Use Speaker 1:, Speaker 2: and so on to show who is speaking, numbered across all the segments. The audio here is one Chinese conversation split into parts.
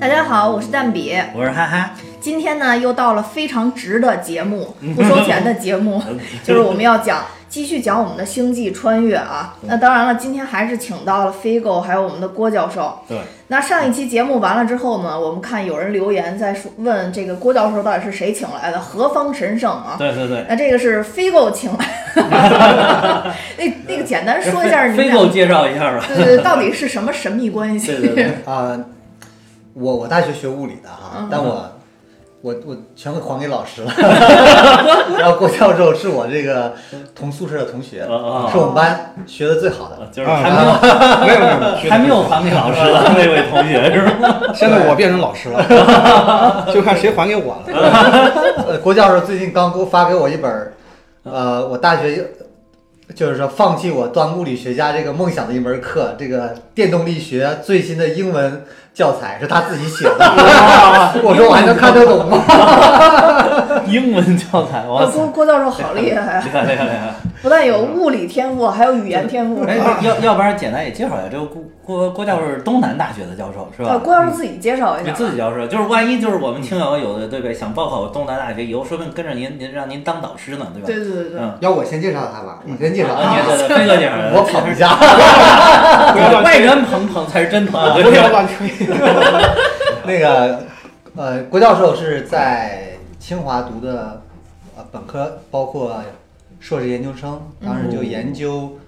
Speaker 1: 大家好，我是蛋比。
Speaker 2: 我是憨憨，
Speaker 1: 今天呢，又到了非常值的节目，不收钱的节 目，
Speaker 2: 嗯
Speaker 1: 就是我们要讲继续讲我们的星际穿越啊。
Speaker 2: 嗯
Speaker 1: 那当然了，今天还是请到了飞狗，还有我们的郭教授。
Speaker 2: 对，
Speaker 1: 那上一期节目完了之后呢，我们看有人留言在说问这个郭教授到底是谁请来的，何方神圣啊？
Speaker 2: 对对对，
Speaker 1: 那这个是飞狗请来的， 那那个简单说一下你们
Speaker 2: 飞
Speaker 1: 俩
Speaker 2: 狗介绍一下吧。
Speaker 1: 对对对，到底是什么神秘关系？
Speaker 2: 对对对，
Speaker 3: 啊、我我大学学物理的哈，
Speaker 2: 嗯
Speaker 3: 但我我我全给还给老 师了。然后郭教授是我这个同宿舍的同学，
Speaker 2: 哦哦
Speaker 3: 是我们班学的最好的。
Speaker 2: 就是还没有
Speaker 4: 没有没有没有学得
Speaker 2: 还没有还给老师的那位同学是吧？
Speaker 4: 很好， 现在我变成老师了， 就看谁还给我了。
Speaker 3: 呃，郭教授最近刚给我发给我一本儿，呃，我大学就是说放弃我当物理学家这个梦想的一门课，这个电动力学最新的英文教材是他自己写的。
Speaker 2: 哦
Speaker 3: 我说我还能看得懂吗？
Speaker 2: 英文教材，哇
Speaker 1: 呃
Speaker 2: 塞，
Speaker 1: 郭郭教授好厉害啊！
Speaker 2: 厉害厉害厉害！
Speaker 1: 不但有物理天赋，还有语言天赋。
Speaker 2: 哎，要要不然简单也介绍一下，这个郭郭郭教授是东南大学的教授是
Speaker 1: 啊，
Speaker 2: 吧？
Speaker 1: 郭教授自己介绍一
Speaker 2: 嗯你
Speaker 1: 下。
Speaker 2: 自己教授，就是万一就是我们听友有的对吧，想报考东南大学，以后说不定跟着您，您让您当导师呢，对吧？
Speaker 1: 对对对对，
Speaker 2: 嗯，
Speaker 3: 要我先介绍他吧，我先介绍
Speaker 2: 啊，
Speaker 3: 他。
Speaker 2: 对对对，飞哥介绍一下，
Speaker 3: 我跑一下。
Speaker 4: 不要
Speaker 2: 外人捧捧才是真捧，对
Speaker 4: 不要乱吹。
Speaker 3: 那个，呃，郭教授是在清华读的，呃，本科包括硕士研究生，当
Speaker 1: 嗯
Speaker 3: 时就研究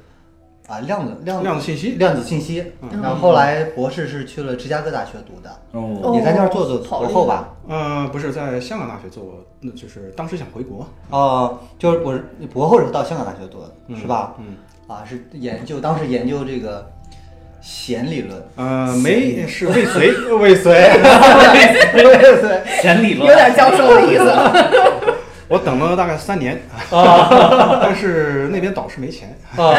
Speaker 3: 啊、量子量
Speaker 4: 量子信息
Speaker 3: 量子信息，
Speaker 1: 嗯
Speaker 3: 然后后来博士是去了芝加哥大学读的，
Speaker 2: 哦，
Speaker 3: 你在那儿做做
Speaker 1: 好厉
Speaker 3: 博
Speaker 1: 害
Speaker 3: 后吧？
Speaker 4: 呃，不是在香港大学做过，那就是当时想回国，
Speaker 3: 哦、就是我是博后是到香港大学读的，
Speaker 4: 嗯
Speaker 3: 是吧？？
Speaker 4: 嗯，
Speaker 3: 啊，是研究当时研究这个弦理 论，
Speaker 4: 呃，没是未遂，未遂。
Speaker 3: 对对 对。
Speaker 2: 显理论
Speaker 1: 有点教授的意思。
Speaker 4: 我等了大概三年，
Speaker 2: 啊
Speaker 4: 但是那边导师没钱，
Speaker 3: 啊，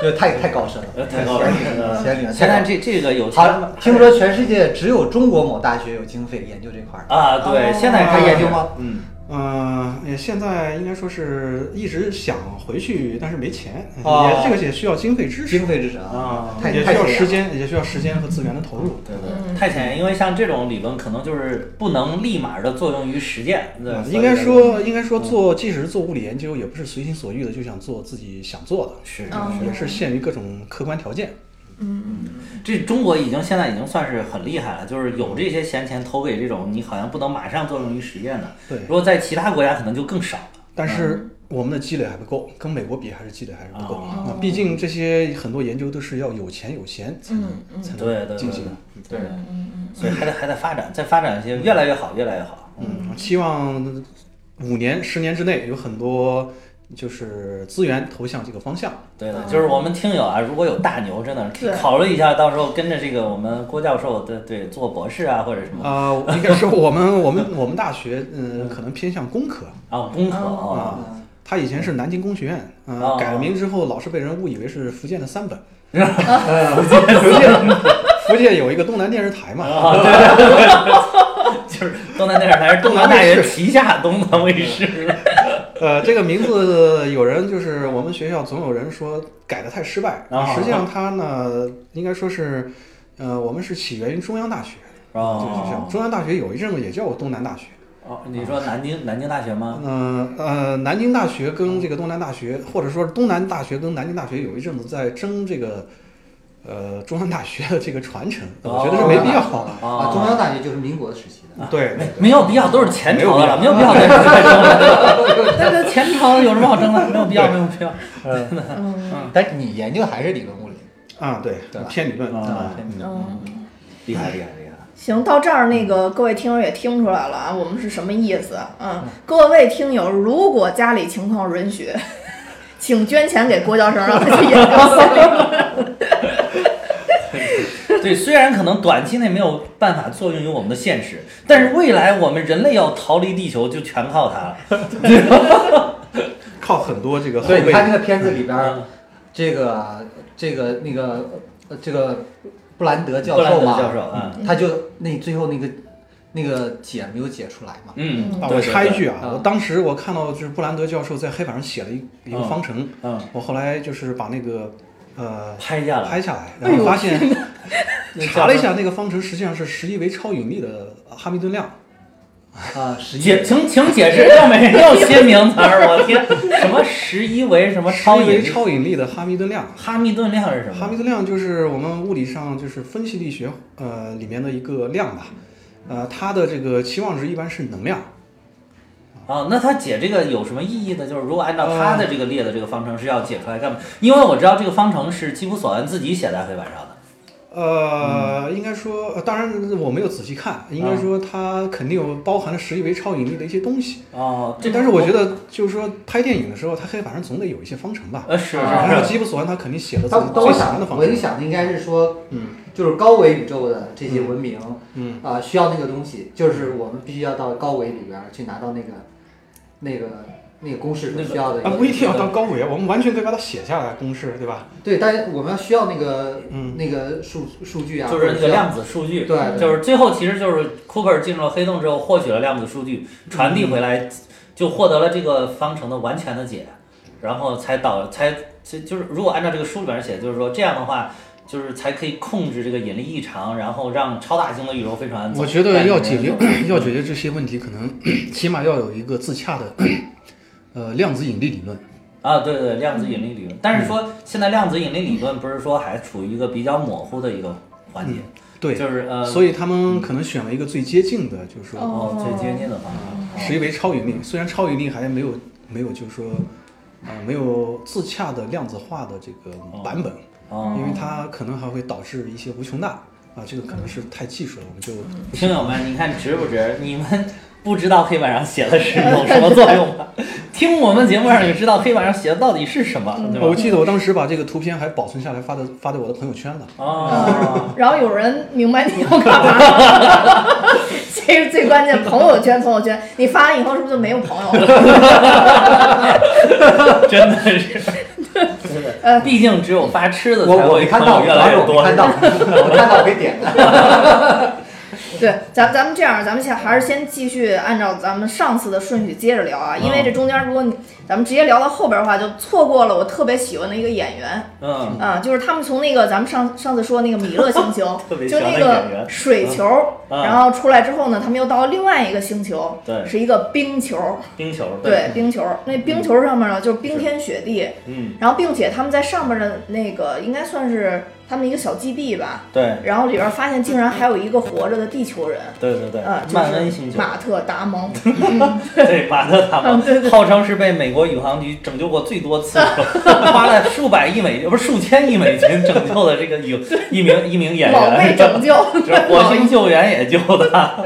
Speaker 3: 就太太高深了，
Speaker 2: 呃太高深了
Speaker 3: 弦理论
Speaker 2: 现
Speaker 3: 太
Speaker 2: 在
Speaker 3: 高深
Speaker 2: 这这个有钱
Speaker 3: 好，听说全世界只有中国某大学有经费研究这块儿，
Speaker 2: 啊，对，
Speaker 1: 哦
Speaker 2: 现在
Speaker 3: 还
Speaker 2: 开
Speaker 3: 研究吗？
Speaker 2: 嗯，
Speaker 4: 呃，也现在应该说是一直想回去，但是没钱，
Speaker 3: 哦
Speaker 4: 也这个也需要经费支持
Speaker 3: 经费支持啊
Speaker 2: 啊，
Speaker 3: 太
Speaker 4: 也
Speaker 3: 太
Speaker 4: 需要
Speaker 3: 显眼
Speaker 4: 时间，也需要时间和资源的投入。
Speaker 2: 对
Speaker 1: 嗯
Speaker 2: 对，太浅，因为像这种理论可能就是不能立马的作用于实践，对
Speaker 4: 嗯，
Speaker 2: 所以嗯
Speaker 4: 应该说，应该说做，即使是做物理研究，也不是随心所欲的就想做自己想做的，
Speaker 2: 是
Speaker 1: 嗯
Speaker 4: 也是限于各种客观条件。
Speaker 2: 这中国已经现在已经算是很厉害了，就是有这些闲钱投给这种你好像不能马上作用于实践的，
Speaker 4: 对
Speaker 2: 如果在其他国家可能就更少了。
Speaker 4: 但是我们的积累还不够，跟美国比还是积累还是不够。
Speaker 2: 嗯哦
Speaker 4: 啊毕竟这些很多研究都是要有钱有闲才能、
Speaker 1: 嗯嗯
Speaker 4: 才
Speaker 2: 对对
Speaker 4: 能
Speaker 2: 对
Speaker 4: 进行的。
Speaker 2: 对，所以还得还得发展，再发展一些，越来越好，越来越好。
Speaker 4: 嗯，希望五年、十年之内有很多就是资源投向这个方向。
Speaker 2: 对的，就是我们听友啊，如果有大牛，真的
Speaker 1: 对
Speaker 2: 考虑一下，到时候跟着这个我们郭教授，对对，做博士啊或者什么
Speaker 4: 啊、应该说我们我们我们大学，嗯、可能偏向工科。
Speaker 2: 啊，工科啊，
Speaker 4: 啊，他以前是南京工学院，嗯、
Speaker 2: 哦
Speaker 4: 改了名之后，老是被人误以为是福建的 三本。
Speaker 3: 呃
Speaker 4: 福建，福建有一个东南电视台嘛，
Speaker 2: 啊，对对对，就是东南电视台是东南大学
Speaker 4: 东南卫
Speaker 2: 旗下东南卫视。
Speaker 4: 呃，这个名字有人就是我们学校总有人说改的太失败
Speaker 2: 啊，
Speaker 4: 实际上它呢，应该说是，呃，我们是起源于中央大学， 这个学校，
Speaker 2: 哦，
Speaker 4: 中央大学有一阵子也叫东南大学，
Speaker 2: 哦，你说南京南京大学吗？
Speaker 4: 嗯呃，南京大学跟这个东南大学，或者说是东南大学跟南京大学有一阵子在争这个，呃，中央大学的这个传承，
Speaker 2: 哦
Speaker 4: 我觉得是没必要。
Speaker 3: 啊，中央大学就是民国时期的，
Speaker 4: 对，
Speaker 2: 没没有必要，都是前朝的了，没
Speaker 4: 没
Speaker 2: 有必要再再争 了。那个前朝有什么好争的？没有必要，没有必要。
Speaker 1: 嗯
Speaker 3: 但是你研究还是理论物理，
Speaker 4: 啊，对
Speaker 3: 对吧，
Speaker 4: 偏理论
Speaker 2: 啊
Speaker 4: 啊，
Speaker 1: 嗯，
Speaker 2: 厉害厉害厉害！
Speaker 1: 行，到这儿那
Speaker 2: 嗯
Speaker 1: 个各位听友也听出来了啊，我们是什么意思？嗯，各位听友，如果家里情况允许， 请捐钱给郭教授，让他去研究 森林。
Speaker 2: 对，虽然可能短期内没有办法作用于我们的现实，但是未来我们人类要逃离地球就全靠它了。
Speaker 4: 靠很多这个后
Speaker 3: 所以你
Speaker 4: 辈。
Speaker 3: 看那个片子里边儿
Speaker 2: 嗯，
Speaker 3: 这个这个那个呃这个布兰德教
Speaker 2: 布兰
Speaker 3: 授
Speaker 2: 德
Speaker 3: 嘛，
Speaker 2: 教授，嗯
Speaker 3: 他就那最后那个那个解没有解出来嘛，
Speaker 2: 嗯，
Speaker 4: 啊，
Speaker 2: 对
Speaker 4: 我插一，句
Speaker 3: 对
Speaker 4: 啊，
Speaker 3: 啊
Speaker 4: 我当时我看到就是布兰德教授在黑板上写了一一个
Speaker 2: 嗯
Speaker 4: 方程，
Speaker 2: 嗯
Speaker 4: 我后来就是把那个呃
Speaker 2: 拍下来，哎
Speaker 4: 拍下来，然后发现 查了一下那个方程，实际上是十一维超引力的哈密顿量。
Speaker 3: 啊，十
Speaker 2: 解，
Speaker 3: 一
Speaker 2: 请请解释，又没又些名词儿，我天，什么十一维什么超
Speaker 4: 十一维
Speaker 2: 引力，
Speaker 4: 超引力的哈密顿量。
Speaker 2: 哈密顿量是什么？
Speaker 4: 哈密顿量就是我们物理上就是分析力学呃里面的一个量吧，呃，它的这个期望值一般是能量。
Speaker 2: 啊，那他解这个有什么意义呢？就是如果按照
Speaker 4: 嗯
Speaker 2: 他的这个列的这个方程是要解出来干嘛？因为我知道这个方程是基普索恩自己写在黑板上的。
Speaker 4: 呃，应该说，呃当然我没有仔细看，应该说它肯定有包含了十一维超引力的一些东西。
Speaker 2: 哦，这
Speaker 4: 但是我觉得就是说拍电影的时候，它黑板上总得有一些方程吧。
Speaker 2: 呃是
Speaker 4: 然后
Speaker 2: 是是，
Speaker 4: 基普索恩他肯定写了自
Speaker 3: 但
Speaker 4: 己
Speaker 3: 但我
Speaker 4: 最喜欢
Speaker 3: 想
Speaker 4: 的，方
Speaker 3: 我就
Speaker 4: 程。
Speaker 3: 想的应该是说，
Speaker 4: 嗯
Speaker 3: 就是高维宇宙的这些文明，
Speaker 4: 嗯，
Speaker 3: 啊、需要那个东西，就是我们必须要到高维里边儿去拿到那个那个那个公式所需要的
Speaker 4: 啊，
Speaker 3: 个
Speaker 4: 不一定要到高维，我们完全可以把它写下来公式，对吧？
Speaker 3: 对，但是我们要需要那个、
Speaker 4: 嗯
Speaker 3: 那个数数据啊，
Speaker 2: 就是那
Speaker 3: 或者
Speaker 2: 个
Speaker 3: 需要
Speaker 2: 量子数据，
Speaker 3: 对对
Speaker 2: 就是最后其实就是 Cooper 进入了黑洞之后，获取了量子数据，传递回来，就获得了这个方程的完全的解，然后才导才就就是如果按照这个书里边写，就是说这样的话。就是才可以控制这个引力异常，然后让超大型的宇宙飞船走。
Speaker 4: 我觉得要
Speaker 2: 在
Speaker 4: 解
Speaker 2: 里面
Speaker 4: 决要解决这些问题，可能 起码要有一个自洽的呃量子引力理论。
Speaker 2: 啊，对对，量子引力理论。但是说现在量子引力理论不是说还处于一个比较模糊的一个环节，
Speaker 4: 嗯对，
Speaker 2: 就是呃，
Speaker 4: 所以他们可能选了一个最接近的，就是说
Speaker 2: 哦最接近的方法。
Speaker 4: 十一维超引力。虽然超引力还没有没有就是说呃没有自洽的量子化的这个版本，
Speaker 2: 哦，
Speaker 4: 因为它可能还会导致一些无穷大啊，这个可能是太技术了，我们就
Speaker 2: 听友们，你看值不值？你们不知道黑板上写的是有什么作用 吗？听我们节目让你知道黑板上写的到底是什么，
Speaker 3: 嗯
Speaker 2: 对
Speaker 4: 我
Speaker 2: 吧？
Speaker 4: 记得我当时把这个图片还保存下来，发到发到我的朋友圈了。
Speaker 2: 哦，
Speaker 1: 然后有人明白你要干嘛， 这是最关键。朋友圈，朋友圈，你发完以后是不是就没有朋友了？
Speaker 2: 真的是，
Speaker 1: 呃
Speaker 2: 毕竟只有发吃的才
Speaker 3: 我我
Speaker 2: 会
Speaker 3: 没看到，
Speaker 2: 朋友越来越
Speaker 3: 我
Speaker 2: 多。
Speaker 3: 没看到，我看到给点 了。
Speaker 1: 对，咱咱们这样，咱们先还是先继续按照咱们上次的顺序接着聊啊，因为
Speaker 2: 嗯
Speaker 1: 这中间如果你咱们直接聊到后边的话，就错过了我特别喜欢的一个演员
Speaker 2: 嗯，
Speaker 1: 啊，就是他们从那个咱们上上次说那个米勒星球
Speaker 2: 特别，喜
Speaker 1: 就
Speaker 2: 欢的
Speaker 1: 那
Speaker 2: 演
Speaker 1: 个
Speaker 2: 员
Speaker 1: 水球，
Speaker 2: 嗯
Speaker 1: 然后出来之后呢，他们又到了另外一个星球，
Speaker 2: 对
Speaker 1: 是一个冰球，
Speaker 2: 冰球，
Speaker 1: 对，冰球，那冰球上面呢就是冰天雪地，
Speaker 2: 嗯，
Speaker 1: 然后并且他们在上面的那个应该算是他们一个小基地吧，
Speaker 2: 对，
Speaker 1: 然后里边发现竟然还有一个活着的地球人，
Speaker 2: 对对对
Speaker 1: 呃，，就
Speaker 2: 曼恩星
Speaker 1: 是
Speaker 2: 球，
Speaker 1: 马特达蒙，
Speaker 2: 对，马特塔蒙
Speaker 1: 嗯对对
Speaker 2: 号称是被美国宇航局拯救 过最多次，花了数百亿美，不是数千亿美金拯救的这个有一名一名演
Speaker 1: 老被
Speaker 2: 员，
Speaker 1: 拯救，
Speaker 2: 就是火星救援也救他，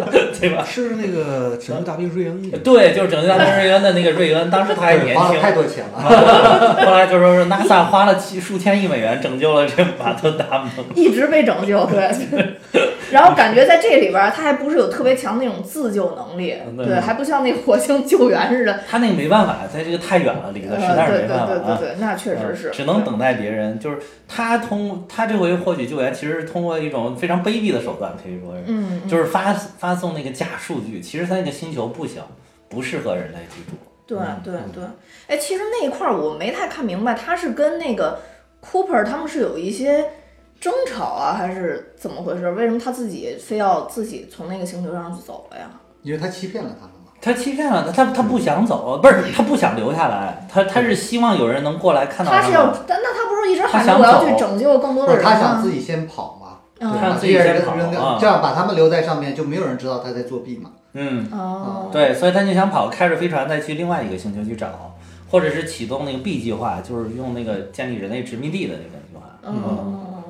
Speaker 2: 对吧？
Speaker 4: 是那个拯救大兵瑞恩演 的。
Speaker 2: 对，就是拯救大兵瑞恩的那个瑞恩，当时他还年
Speaker 3: 花
Speaker 2: 轻
Speaker 3: 了，太多钱了。
Speaker 2: 后来就说是 NASA 花了几数千亿美元拯救了这马特达蒙，
Speaker 1: 一直被拯救，对。 然后感觉在这里边他还不是有特别强的那种自救能 力，
Speaker 2: 嗯对
Speaker 1: 对，还不像那火星救援似的，
Speaker 2: 他那个没办法，在这个太远了，离得实
Speaker 1: 呃，
Speaker 2: 在是
Speaker 1: 对对
Speaker 2: 没办
Speaker 1: 对
Speaker 2: 法
Speaker 1: 对
Speaker 2: 啊。
Speaker 1: 对，那确实是，
Speaker 2: 只能等待别人。就是他通他这回获取救援，其实是通过一种非常卑鄙的手段，可以说是，
Speaker 1: 嗯，嗯，
Speaker 2: 就是发发送那个假数据。其实他那个星球不小，不适合人类居住。
Speaker 1: 对
Speaker 2: 嗯
Speaker 1: 对对，哎，其实那一块儿我没太看明白，他是跟那个 Cooper 他们是有一些争吵啊，还是怎么回事？为什么他自己非要自己从那个星球上走了呀？
Speaker 3: 因为他欺骗了他们嘛。
Speaker 2: 他欺骗了他，他他不想走，不是他不想留下来，他他是希望有人能过来看到
Speaker 1: 他是要
Speaker 2: 们，
Speaker 1: 但那他不是一直
Speaker 2: 他
Speaker 1: 喊着
Speaker 2: 想
Speaker 1: 我要
Speaker 2: 走
Speaker 1: 去拯救更多
Speaker 3: 不
Speaker 1: 的
Speaker 3: 是
Speaker 1: 人
Speaker 3: 他想
Speaker 1: 吗
Speaker 3: 自？己先跑嘛，
Speaker 1: 嗯
Speaker 3: 对
Speaker 2: 他
Speaker 3: 把
Speaker 2: 想自
Speaker 3: 这
Speaker 2: 己
Speaker 3: 些
Speaker 2: 先
Speaker 3: 人
Speaker 2: 跑
Speaker 3: 扔
Speaker 2: 啊
Speaker 3: 掉，这样把他们留在上面，就没有人知道他在作弊嘛。
Speaker 2: 嗯，
Speaker 1: 哦，
Speaker 2: 对，所以他就想跑，开着飞船再去另外一个星球去找，或者是启动那个 B 计划，就是用那个建立人类殖民地的那个计划。
Speaker 1: 哦，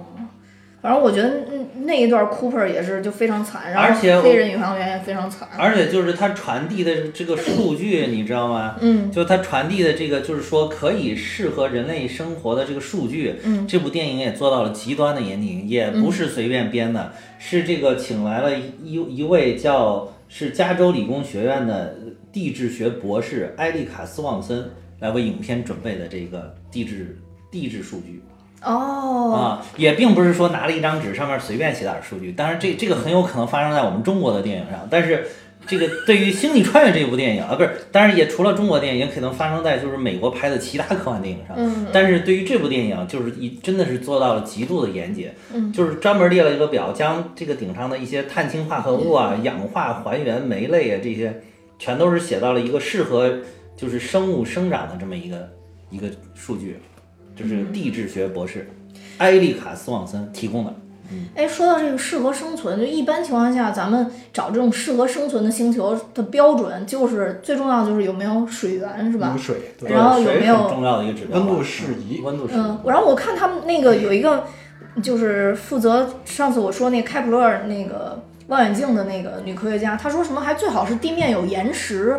Speaker 1: 反正我觉得嗯那一段 Cooper 也是就非常惨，然
Speaker 2: 而
Speaker 1: 后
Speaker 2: 且我
Speaker 1: 黑人宇航员也非常惨。
Speaker 2: 而且就是它传递的这个数据，你知道吗？
Speaker 1: 嗯，
Speaker 2: 就它传递的这个，就是说可以适合人类生活的这个数据，
Speaker 1: 嗯，
Speaker 2: 这部电影也做到了极端的严谨，也不是随便编的，是这个请来了一一位叫是加州理工学院的地质学博士埃利卡斯旺森来为影片准备的这个地质地质数据。
Speaker 1: 哦，
Speaker 2: 啊，也并不是说拿了一张纸上面随便写点数据，当然这这个很有可能发生在我们中国的电影上，但是这个对于《星际穿越》这部电影啊，不是，当然也除了中国电影，也可能发生在就是美国拍的其他科幻电影上。
Speaker 1: 嗯
Speaker 2: 但是对于这部电影，就是一真的是做到了极度的严谨，
Speaker 1: 嗯
Speaker 2: 就是专门列了一个表，将这个顶上的一些碳氢化合物啊、
Speaker 1: 嗯
Speaker 2: 氧化还原、酶类啊这些，全都是写到了一个适合就是生物生长的这么一个一个数据，就是
Speaker 1: 嗯
Speaker 2: 地质学博士埃利卡斯旺森提供的。
Speaker 1: 哎，说到这个适合生存，就一般情况下，咱们找这种适合生存的星球的标准，就是最重要就是有没有水源，是吧
Speaker 4: 有？水，对
Speaker 1: 然后有
Speaker 2: 水
Speaker 1: 没
Speaker 2: 是
Speaker 1: 有
Speaker 2: 很重要的一个指标吧，
Speaker 4: 温度适宜
Speaker 2: 嗯温度适宜。
Speaker 1: 嗯，然后我看他们那个有一个，就是负责上次我说那开普勒尔那个望远镜的那个女科学家，她说什么还最好是地面有岩石，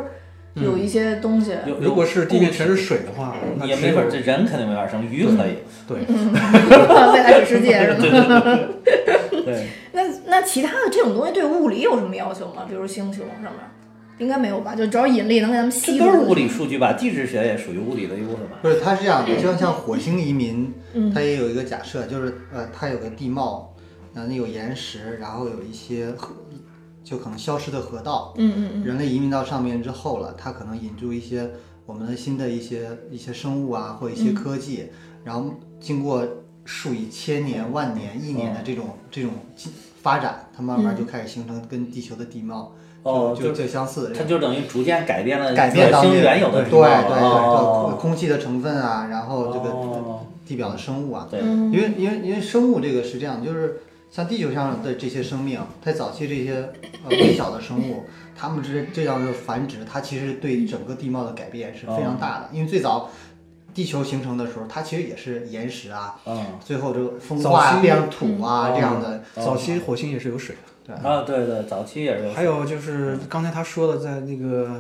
Speaker 1: 有一些东西。
Speaker 2: 有
Speaker 4: 如果是地面全是水的话，那
Speaker 2: 嗯也
Speaker 4: 只
Speaker 2: 没法，
Speaker 4: 有
Speaker 2: 这人肯定没法生，鱼可以。
Speaker 4: 对，
Speaker 1: 未来水世 界什么？
Speaker 2: 对，
Speaker 1: 那那其他的这种东西对物理有什么要求吗？比如星球上面，应该没有吧？就只要引力能给咱们吸
Speaker 2: 这
Speaker 1: 住。
Speaker 2: 都是物理数据吧？地质学也属于物理的一部分吧？
Speaker 3: 不是，它是这样的，就像像火星移民，
Speaker 1: 嗯
Speaker 3: 它也有一个假设，就是呃，它有个地貌，嗯、有岩石，然后有一些河，就可能消失的河道。
Speaker 1: 嗯嗯嗯
Speaker 3: 人类移民到上面之后了，它可能引入一些我们的新的一些一些生物啊，或一些科技，
Speaker 1: 嗯
Speaker 3: 然后经过数以千年、万年、亿年的这
Speaker 1: 嗯
Speaker 3: 种这种进发展，它慢慢就开始形成跟地球的地貌
Speaker 2: 哦，
Speaker 3: 就
Speaker 2: 就
Speaker 3: 就相似的这种
Speaker 2: 它就等于逐渐改变了
Speaker 3: 改变当
Speaker 2: 星
Speaker 3: 地
Speaker 2: 呃原有的
Speaker 3: 对
Speaker 2: 地
Speaker 3: 对
Speaker 2: 貌
Speaker 3: 对，这
Speaker 2: 哦
Speaker 3: 空气的成分啊，然后这个
Speaker 2: 哦
Speaker 3: 地表的生物啊，
Speaker 2: 对，
Speaker 1: 嗯
Speaker 3: 因为因为因为生物这个是这样，就是像地球上的这些生命，在早期这些呃微小的生物，它们这这样的繁殖，它其实对整个地貌的改变是非常
Speaker 2: 哦
Speaker 3: 大的，因为最早。地球形成的时候，它其实也是岩石啊，
Speaker 2: 嗯，
Speaker 3: 最后就风
Speaker 4: 早
Speaker 3: 化
Speaker 4: 期
Speaker 3: 变成土啊、
Speaker 2: 嗯
Speaker 3: 这样的。
Speaker 4: 呃早期火星也是有水的。
Speaker 2: 啊，对对，早期也是有。
Speaker 4: 还有就是刚才他说的，在那个，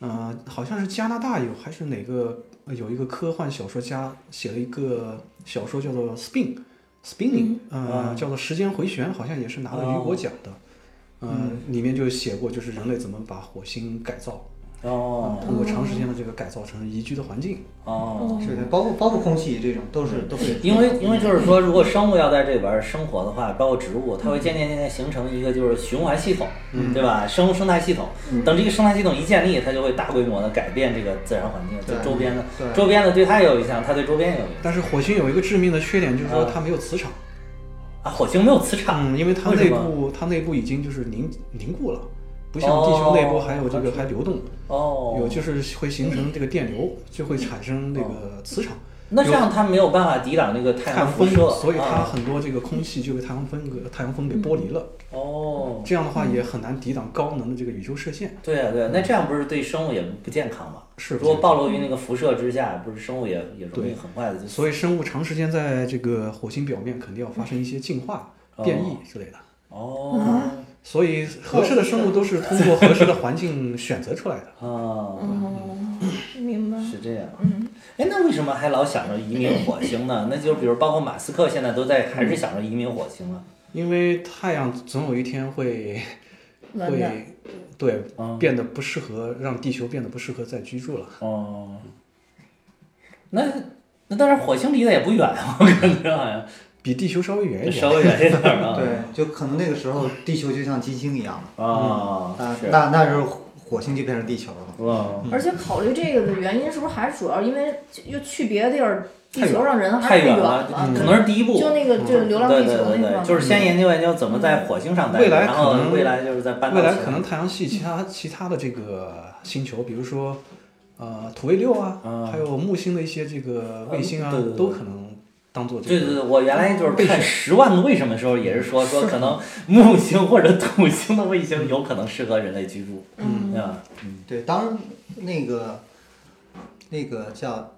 Speaker 4: 呃，好像是加拿大有还是哪个呃有一个科幻小说家写了一个小说叫做《Spin》，Spinning，呃，
Speaker 2: 啊
Speaker 4: 叫做《时间回旋》，好像也是拿了
Speaker 2: 哦
Speaker 4: 雨果奖的。呃，
Speaker 2: 嗯
Speaker 4: 里面就写过，就是人类怎么把火星改造，
Speaker 2: 哦
Speaker 4: 呃通过长时间的这个改造成宜居的环境。
Speaker 2: 哦，
Speaker 3: 是的，包括包括空气这种都是都是
Speaker 2: 因为因为就是说，如果生物要在这里边儿生活的话，包括植物，它
Speaker 4: 嗯
Speaker 2: 会渐渐渐渐形成一个就是循环系统，对吧？生物生态系统，
Speaker 4: 嗯
Speaker 2: 等这个生态系统一建立，它就会大规模的改变这个自然环境，就
Speaker 3: 对
Speaker 2: 周边的
Speaker 3: 对
Speaker 2: 周边的对它也有影响，它对周边也有影响。
Speaker 4: 但是火星有一个致命的缺点，就是说它没有磁场。
Speaker 2: 啊，火星没有磁场，
Speaker 4: 嗯，因为它
Speaker 2: 为什
Speaker 4: 内
Speaker 2: 么
Speaker 4: 部它内部已经就是凝凝固了，不像地球内部还有这个还流动。
Speaker 2: 哦，
Speaker 4: 有就是会形成这个电流， 就会产生那个磁场，
Speaker 2: 那这样它没有办法抵挡这个哦太
Speaker 4: 太阳
Speaker 2: 阳辐
Speaker 4: 风，
Speaker 2: 射，
Speaker 4: 所以它
Speaker 2: 啊
Speaker 4: 很多这个空气就被太阳风给太阳风给剥离了。
Speaker 2: 哦，
Speaker 4: 这样的话也很难抵挡高能的这个宇宙射线。
Speaker 2: 对啊对啊，那这样不是对生物也不健康吗？
Speaker 4: 是
Speaker 2: 如果暴露于那个辐射之下，不是生物也也容易很快的就死。
Speaker 4: 所以生物长时间在这个火星表面肯定要发生一些进化、
Speaker 2: 哦
Speaker 4: 变异之类的。
Speaker 2: 哦，
Speaker 4: 所以合适的生物都是通过合适的环境选择出来的。
Speaker 2: 哦，
Speaker 1: 明白。
Speaker 2: 是这样。
Speaker 1: 嗯
Speaker 2: 哎，那为什么还老想着移民火星呢？那就比如包括马斯克现在都在还是想着移民火星啊了。
Speaker 4: 因为太阳总有一天会
Speaker 1: 完蛋。
Speaker 4: 会对
Speaker 2: 嗯
Speaker 4: 变得不适合，让地球变得不适合再居住了。
Speaker 1: 嗯
Speaker 2: 哦，那那但是火星离得也不远啊，我感觉好像
Speaker 4: 比地球稍微远一点
Speaker 2: 稍。微远一点儿啊。
Speaker 3: 对，就可能那个时候地球就像金星一样
Speaker 4: 嗯
Speaker 3: 了，
Speaker 2: 啊，
Speaker 3: 那
Speaker 2: 是
Speaker 3: 那那时候火星就变成地球了。
Speaker 2: 哇，
Speaker 1: 而且考虑这个的原因，是不是还主要因为就又去别的地儿，地球上人还
Speaker 2: 太
Speaker 1: 是太
Speaker 2: 远嗯
Speaker 1: 了？嗯
Speaker 2: 可能是第一步。
Speaker 1: 就那个就是《流浪
Speaker 2: 对
Speaker 1: 地
Speaker 2: 对
Speaker 1: 球》
Speaker 2: 对
Speaker 1: 那
Speaker 2: 对，
Speaker 1: 个，
Speaker 2: 就是先研究研究怎么在火星上待着，
Speaker 4: 未来
Speaker 2: 然后
Speaker 4: 可能
Speaker 2: 未来就是在搬到
Speaker 4: 未来
Speaker 2: 其他
Speaker 4: 可能太阳系其他其他的这个星球，比如说呃土卫六啊，
Speaker 2: 嗯
Speaker 4: 还有木星的一些这个卫星啊，
Speaker 2: 嗯对对对
Speaker 4: 都可能当做这
Speaker 2: 对
Speaker 4: 个。
Speaker 2: 对对，我原来就是
Speaker 4: 备
Speaker 2: 看《
Speaker 4: 选
Speaker 2: 十万个为什么》的时候，也是说说可能木星或者土星的卫星有可能适合人类居住，啊
Speaker 1: 嗯
Speaker 2: 对吧？
Speaker 3: 对，当然那个那个叫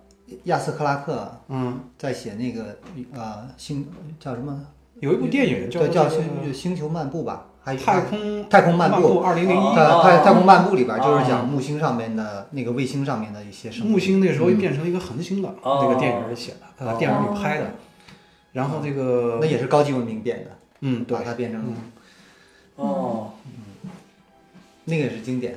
Speaker 3: 亚瑟克拉克
Speaker 4: 嗯，
Speaker 3: 在写那个呃星叫什么？
Speaker 4: 有一部电影叫
Speaker 3: 对，叫
Speaker 4: 这个
Speaker 3: 星星球漫步吧，还有
Speaker 4: 太空
Speaker 3: 太空漫
Speaker 4: 漫
Speaker 3: 步。
Speaker 4: 二零零
Speaker 2: 哦
Speaker 4: 一。啊
Speaker 3: 呃，太太空漫步里边就是
Speaker 2: 哦
Speaker 3: 讲木星上面的那个卫星上面的一些生物。
Speaker 4: 木星那时候变成一个恒星了，
Speaker 2: 嗯哦
Speaker 4: 那个电影里写的，
Speaker 2: 哦
Speaker 4: 呃，电影里拍的。然后这个
Speaker 3: 那也是高级文明变的，
Speaker 4: 嗯，对
Speaker 3: 把，它变成
Speaker 2: 哦，
Speaker 3: 那个也是经典，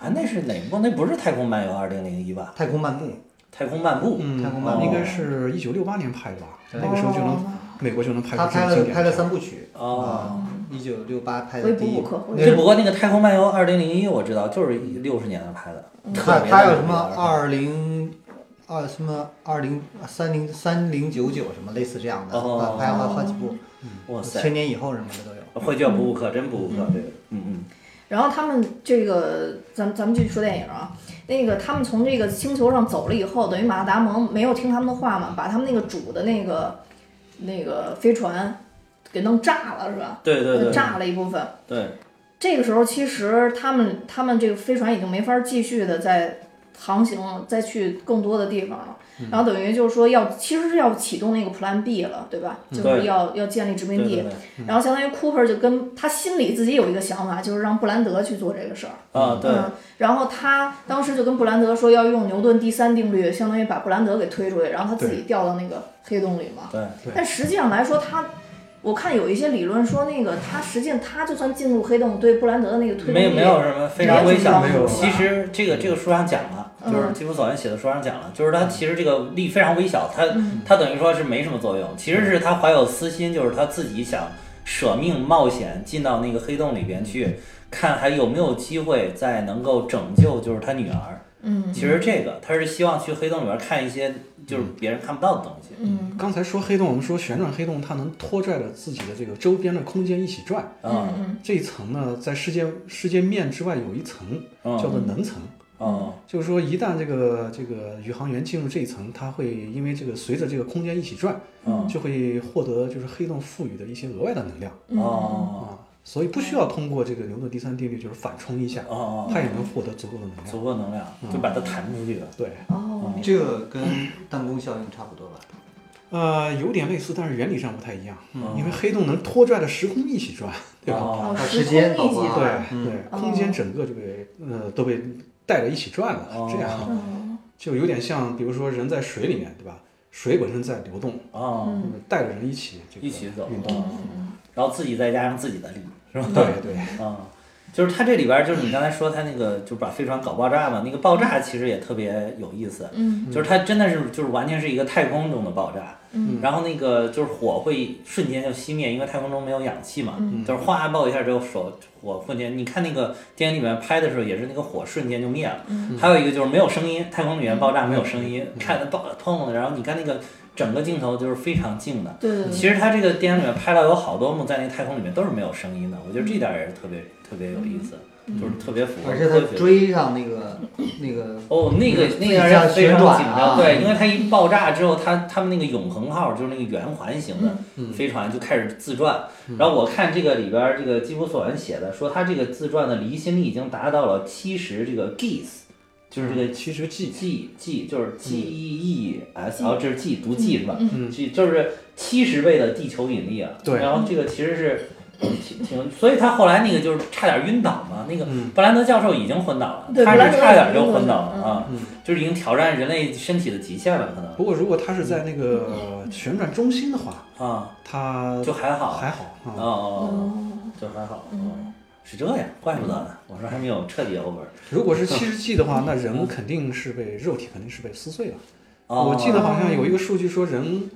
Speaker 2: 啊，那是哪部？那不是《太空漫游二零零一》吧？
Speaker 3: 太空漫步。
Speaker 2: 《太空漫步》
Speaker 4: 嗯
Speaker 3: 太空漫，
Speaker 2: 步
Speaker 4: 应该是一九六八年拍的吧？
Speaker 3: 对
Speaker 4: 那个时候就能
Speaker 1: 哦
Speaker 4: 美国就能拍出
Speaker 3: 他
Speaker 4: 这
Speaker 3: 拍
Speaker 4: 种经
Speaker 3: 了
Speaker 4: 典
Speaker 3: 拍了
Speaker 4: 片
Speaker 3: 三部曲，
Speaker 1: 啊
Speaker 2: 哦，
Speaker 3: 一九六八拍
Speaker 1: 我
Speaker 3: 的
Speaker 1: 也
Speaker 3: 第
Speaker 1: 补
Speaker 3: 一
Speaker 1: 补课
Speaker 3: 部，
Speaker 1: 我
Speaker 3: 那
Speaker 1: 也
Speaker 2: 只不过那个《太空漫游二零零一》，我知道就是六十年代拍的，
Speaker 3: 他
Speaker 2: 特别
Speaker 3: 嗯他有
Speaker 2: 的
Speaker 3: 什么
Speaker 2: 牛逼
Speaker 3: 二零二什么二零三零三零九九什么类似这样的，
Speaker 2: 哦
Speaker 3: 啊拍了好几部，
Speaker 2: 哇塞，
Speaker 3: 千年以后什么的都有。
Speaker 2: 会叫补补课，真补补课，这个，嗯嗯，
Speaker 1: 然后他们这个，咱咱们继续说电影啊。那个他们从这个星球上走了以后，等于马达蒙没有听他们的话嘛，把他们那个主的那个那个飞船给弄炸了，是吧？
Speaker 2: 对对对
Speaker 1: 炸了一部分。
Speaker 2: 对，
Speaker 1: 这个时候，其实他们他们这个飞船已经没法继续的在航行了，再去更多的地方了。然后等于就是说要，其实是要启动那个 Plan B 了，对吧？
Speaker 2: 嗯
Speaker 1: 就是要要建立殖
Speaker 2: 对
Speaker 1: 民
Speaker 2: 对
Speaker 1: 地。
Speaker 2: 对
Speaker 1: 然后相当于 Cooper 就跟他心里自己有一个想法，就是让布兰德去做这个事儿。
Speaker 2: 啊对，
Speaker 1: 嗯，然后他当时就跟布兰德说要用牛顿第三定律，相当于把布兰德给推出去，然后他自己掉到那个黑洞里嘛。
Speaker 2: 对
Speaker 4: 对
Speaker 1: 但实际上来说，他我看有一些理论说，那个他实际上他就算进入黑洞，对布兰德的那个推动
Speaker 2: 没
Speaker 1: 力嗯
Speaker 2: 没有什么非常微小
Speaker 1: 没有
Speaker 2: 的。
Speaker 1: 什么
Speaker 2: 其实这个这个书上讲了，就是
Speaker 1: 嗯
Speaker 2: 基普索恩写的书上讲了，就是
Speaker 4: 嗯
Speaker 2: 它其实这个力非常微小，它
Speaker 1: 嗯
Speaker 2: 它等于说是没什么作用。其实是他怀有私心，就是他自己想舍命冒险进到那个黑洞里边去，看还有没有机会再能够拯救，就是他女儿。
Speaker 1: 嗯
Speaker 2: 其实这个他是希望去黑洞里边看一些就是别人看不到的东西。
Speaker 1: 嗯
Speaker 4: 刚才说黑洞，我们说旋转黑洞，它能拖拽着自己的这个周边的空间一起转。
Speaker 1: 嗯
Speaker 2: 嗯
Speaker 1: 嗯
Speaker 4: 这一层呢，在世界世界面之外有一层叫
Speaker 2: 嗯
Speaker 4: 做能层，
Speaker 2: 嗯
Speaker 4: 就是说一旦这个这个宇航员进入这一层，它会因为这个随着这个空间一起转，
Speaker 2: 嗯
Speaker 4: 就会获得就是黑洞赋予的一些额外的能量
Speaker 1: 嗯
Speaker 2: 哦
Speaker 4: 啊，所以不需要通过这个牛顿第三定律就是反冲一
Speaker 1: 嗯
Speaker 4: 下
Speaker 2: 哦，哦，
Speaker 4: 它也能获得足够的能量。
Speaker 2: 足够能量
Speaker 4: 嗯
Speaker 2: 就把它弹出去了。
Speaker 4: 对，
Speaker 1: 哦，
Speaker 3: 这个跟弹弓效应差不多吧？
Speaker 4: 呃，有点类似，但是原理上不太一样，因为黑洞能拖拽着时空一起转，嗯对吧？
Speaker 2: 嗯哦嗯
Speaker 1: 哦，
Speaker 3: 还有
Speaker 1: 时
Speaker 3: 时
Speaker 1: 空
Speaker 3: 间啊
Speaker 1: 一
Speaker 3: 好
Speaker 1: 级
Speaker 3: 不好
Speaker 1: 转，
Speaker 4: 对对，空
Speaker 1: 哦
Speaker 4: 间整个就被呃都被带着一起转了，
Speaker 2: 哦
Speaker 4: 这样
Speaker 1: 嗯
Speaker 4: 就有点像，比如说人在水里面，对吧？水本身在流动，
Speaker 2: 哦，
Speaker 4: 那么带着人一起这个
Speaker 2: 一起走
Speaker 4: 运动，
Speaker 2: 嗯，然后自己再加上自己的力，是
Speaker 1: 嗯
Speaker 2: 吧？
Speaker 4: 哦对对，
Speaker 2: 啊，就是它这里边儿就是你刚才说它那个就把飞船搞爆炸嘛，那个爆炸其实也特别有意思，
Speaker 1: 嗯，
Speaker 2: 就是它真的是就是完全是一个太空中的爆炸，
Speaker 1: 嗯，
Speaker 2: 然后那个就是火会瞬间就熄灭，因为太空中没有氧气嘛，就是哗爆一下之后手火瞬间，你看那个电影里面拍的时候也是那个火瞬间就灭了，还有一个就是没有声音，太空里面爆炸没有声音，看着爆砰的，然后你看那个整个镜头就是非常静的，
Speaker 1: 对对对，
Speaker 2: 其实他这个电影里面拍到有好多幕在那太空里面都是没有声音的，我觉得这点儿也是特别特别有意思，就是特别符合
Speaker 3: 而且
Speaker 2: 科
Speaker 3: 他
Speaker 2: 学。
Speaker 3: 追上那个那个
Speaker 2: 哦，那个那个
Speaker 3: 那个
Speaker 2: 人
Speaker 3: 叫
Speaker 2: 非
Speaker 3: 旋
Speaker 2: 常
Speaker 3: 转
Speaker 2: 紧
Speaker 3: 啊
Speaker 2: 张，对，因为他一爆炸之后，他他们那个永恒号就是那个圆环型
Speaker 3: 嗯
Speaker 2: 的飞船就开始自转。然后我看这个里边儿这个基普索恩写的，说他这个自转的离心力已经达到了七十这个 Gs，就是这个
Speaker 4: 其实
Speaker 2: G G G 就是 G E E S，然后这是 G 读 G 是吧？
Speaker 4: 嗯
Speaker 2: 这就是七十倍的地球引力啊。
Speaker 4: 对
Speaker 2: 然后这个其实是挺挺，所以他后来那个就是差点晕倒嘛。那个
Speaker 4: 嗯
Speaker 2: 布兰德教授已经昏倒了，
Speaker 1: 对
Speaker 2: 他
Speaker 1: 布兰德
Speaker 2: 是差点就
Speaker 1: 已经昏
Speaker 2: 昏倒了
Speaker 1: 倒了
Speaker 2: 啊，就是已经挑战人类身体的极限了，可能
Speaker 4: 不过如果它是在那个旋转中心的话，
Speaker 2: 啊，
Speaker 4: 它
Speaker 2: 就还好，
Speaker 4: 还好
Speaker 2: 哦
Speaker 4: 啊。
Speaker 2: 哦，哦
Speaker 1: 哦，
Speaker 2: 就还好，嗯，是这样，怪不得呢。我说还没有彻底 over。
Speaker 4: 如果是七十 G 的话，那人肯定是被肉体肯定是被撕碎了。
Speaker 2: 哦
Speaker 4: 我记得好像有一个数据说人。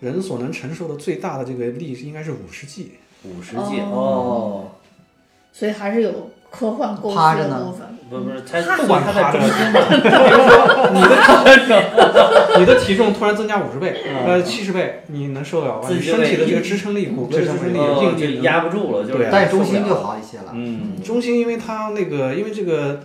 Speaker 4: 人所能承受的最大的这个力应该是五十 G，
Speaker 2: 五十 G
Speaker 1: 哦
Speaker 2: 哦，
Speaker 1: 所以还是有科幻构思
Speaker 3: 趴着
Speaker 1: 的
Speaker 3: 呢
Speaker 1: 部分。
Speaker 2: 不不是，他
Speaker 1: 他
Speaker 2: 不管他在中间嘛，
Speaker 4: 你的体重突然增加五十倍，呃七十倍，你能受得了吗？
Speaker 2: 自
Speaker 4: 你
Speaker 2: 己就
Speaker 4: 身体的
Speaker 2: 被
Speaker 4: 这个支撑力，骨骼
Speaker 3: 支
Speaker 4: 的支
Speaker 3: 撑
Speaker 4: 撑
Speaker 3: 力
Speaker 4: 力、
Speaker 2: 哦
Speaker 4: 硬
Speaker 2: 就
Speaker 4: 力能
Speaker 2: 压不住了，就是
Speaker 4: 对
Speaker 3: 但是中心
Speaker 2: 受不
Speaker 3: 就
Speaker 2: 了
Speaker 3: 好一些了。
Speaker 2: 嗯，
Speaker 4: 中心，因为它那个，因为这个，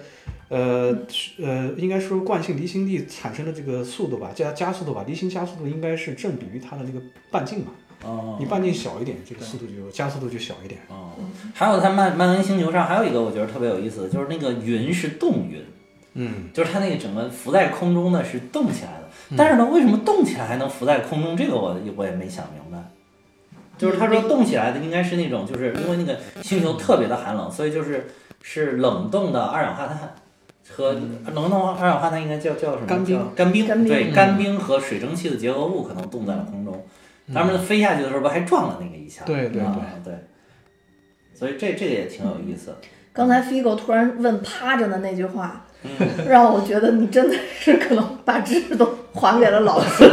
Speaker 4: 呃呃，应该说惯性离心力产生的这个速度吧，加加速度吧，离心加速度应该是正比于它的那个半径嘛。
Speaker 2: 哦，
Speaker 4: 你半径小一点，这个速度就加速度就小一点。
Speaker 2: 哦，还有他曼曼恩星球上还有一个我觉得特别有意思的，就是那个云是动云，
Speaker 4: 嗯，
Speaker 2: 就是它那个整个浮在空中呢是动起来的，但是呢，为什么动起来还能浮在空中？这个我我也没想明白。就是他说动起来的应该是那种，就是因为那个星球特别的寒冷，所以就是是冷冻的二氧化碳和冷冻二氧化碳应该叫叫什么？
Speaker 4: 干冰
Speaker 2: 叫干冰，
Speaker 1: 干冰
Speaker 2: 对，
Speaker 1: 嗯
Speaker 2: 干冰和水蒸气的结合物可能冻在了空中。他们飞下去的时候不还撞了那个一下？
Speaker 4: 对对
Speaker 2: 啊对。所以这这个也挺有意思的。
Speaker 1: 刚才 Figo 突然问趴着的那句话，
Speaker 2: 嗯
Speaker 1: 让我觉得你真的是可能把知识都 还给了老师。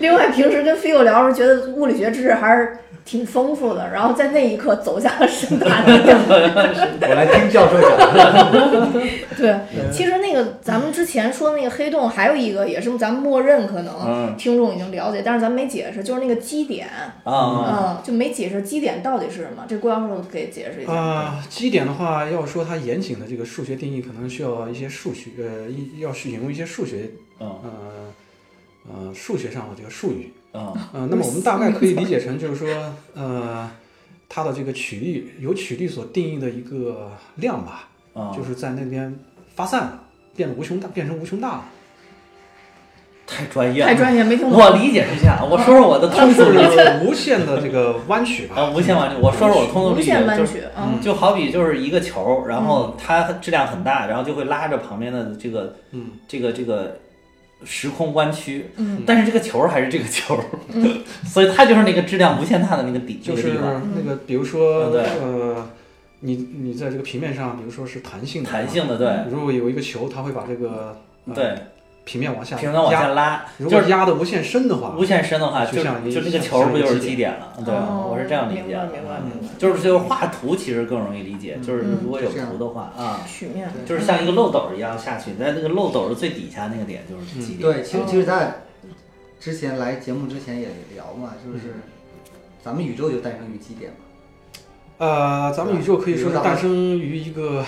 Speaker 1: 另外，平时跟 Figo 聊的时候，觉得物理学知识还是挺丰富的，然后在那一刻走下了深潭的两
Speaker 3: 我来听教授讲。
Speaker 1: 对，其实那个咱们之前说那个黑洞，还有一个也是咱们默认可能
Speaker 2: 嗯
Speaker 1: 听众已经了解，但是咱没解释，就是那个基点，嗯，
Speaker 2: 啊，
Speaker 1: 就没解释基点到底是什么。这郭教授给解释一下。
Speaker 4: 啊、基点的话，要说它严谨的这个数学定义，可能需要一些数学，呃，一要去引入一些数学，
Speaker 2: 嗯
Speaker 4: 呃，呃，数学上的这个术语。
Speaker 2: 嗯
Speaker 4: 呃，那么我们大概可以理解成就是说，呃，它的这个曲率由曲率所定义的一个量吧，
Speaker 2: 嗯，
Speaker 4: 就是在那边发散了，变得无穷大，变成无穷大了。
Speaker 2: 太专业了，
Speaker 1: 太专业，没听
Speaker 2: 我
Speaker 1: 懂。
Speaker 2: 理解一下，我说说我的
Speaker 4: 它
Speaker 2: 通俗 理解
Speaker 4: 是无限的这个弯曲吧？
Speaker 2: 啊，无限完，我说说我通俗
Speaker 1: 无
Speaker 2: 理解
Speaker 1: 限，嗯弯
Speaker 2: 就是
Speaker 1: 曲，嗯，
Speaker 2: 就好比就是一个球，然后它质量很大，然后就会拉着旁边的这个
Speaker 4: 嗯，
Speaker 2: 这个这个时空弯曲，
Speaker 1: 嗯，
Speaker 2: 但是这个球还是这个球， 所以它就是那个质量无限大的那个底，
Speaker 4: 就
Speaker 2: 那个
Speaker 4: 是
Speaker 2: 地方
Speaker 4: 那个，比如说，
Speaker 2: 嗯对
Speaker 4: 呃，你你在这个平面上，比如说是弹性的，
Speaker 2: 弹。性的，对
Speaker 4: 如果有一个球，它会把这个、呃、
Speaker 2: 对，
Speaker 4: 平面往下
Speaker 2: 平常往
Speaker 4: 压，
Speaker 2: 下拉，
Speaker 4: 如
Speaker 2: 就
Speaker 4: 果
Speaker 2: 是
Speaker 4: 压的无限深的话，
Speaker 2: 无限深的话，就
Speaker 4: 就像一
Speaker 2: 就那个
Speaker 4: 像
Speaker 2: 球不就是
Speaker 4: 像一个
Speaker 2: 基点了？嗯对，啊
Speaker 1: 哦
Speaker 2: 我是这样理解
Speaker 1: 明白
Speaker 2: 的，嗯
Speaker 1: 明白明白。
Speaker 2: 就是就是画图其实更容易理解，就是
Speaker 1: 嗯
Speaker 2: 如果有
Speaker 3: 是这样
Speaker 2: 图的话啊，
Speaker 1: 曲面，
Speaker 2: 就是像一个漏斗一样下去，在那个漏斗的最底下那个点就是基点。
Speaker 3: 对，其实其实在之前来节目之前也聊嘛，就是咱们宇宙就诞生于基点嘛。
Speaker 4: 呃，咱们宇宙可以说是
Speaker 3: 比如咱们
Speaker 4: 诞生于一个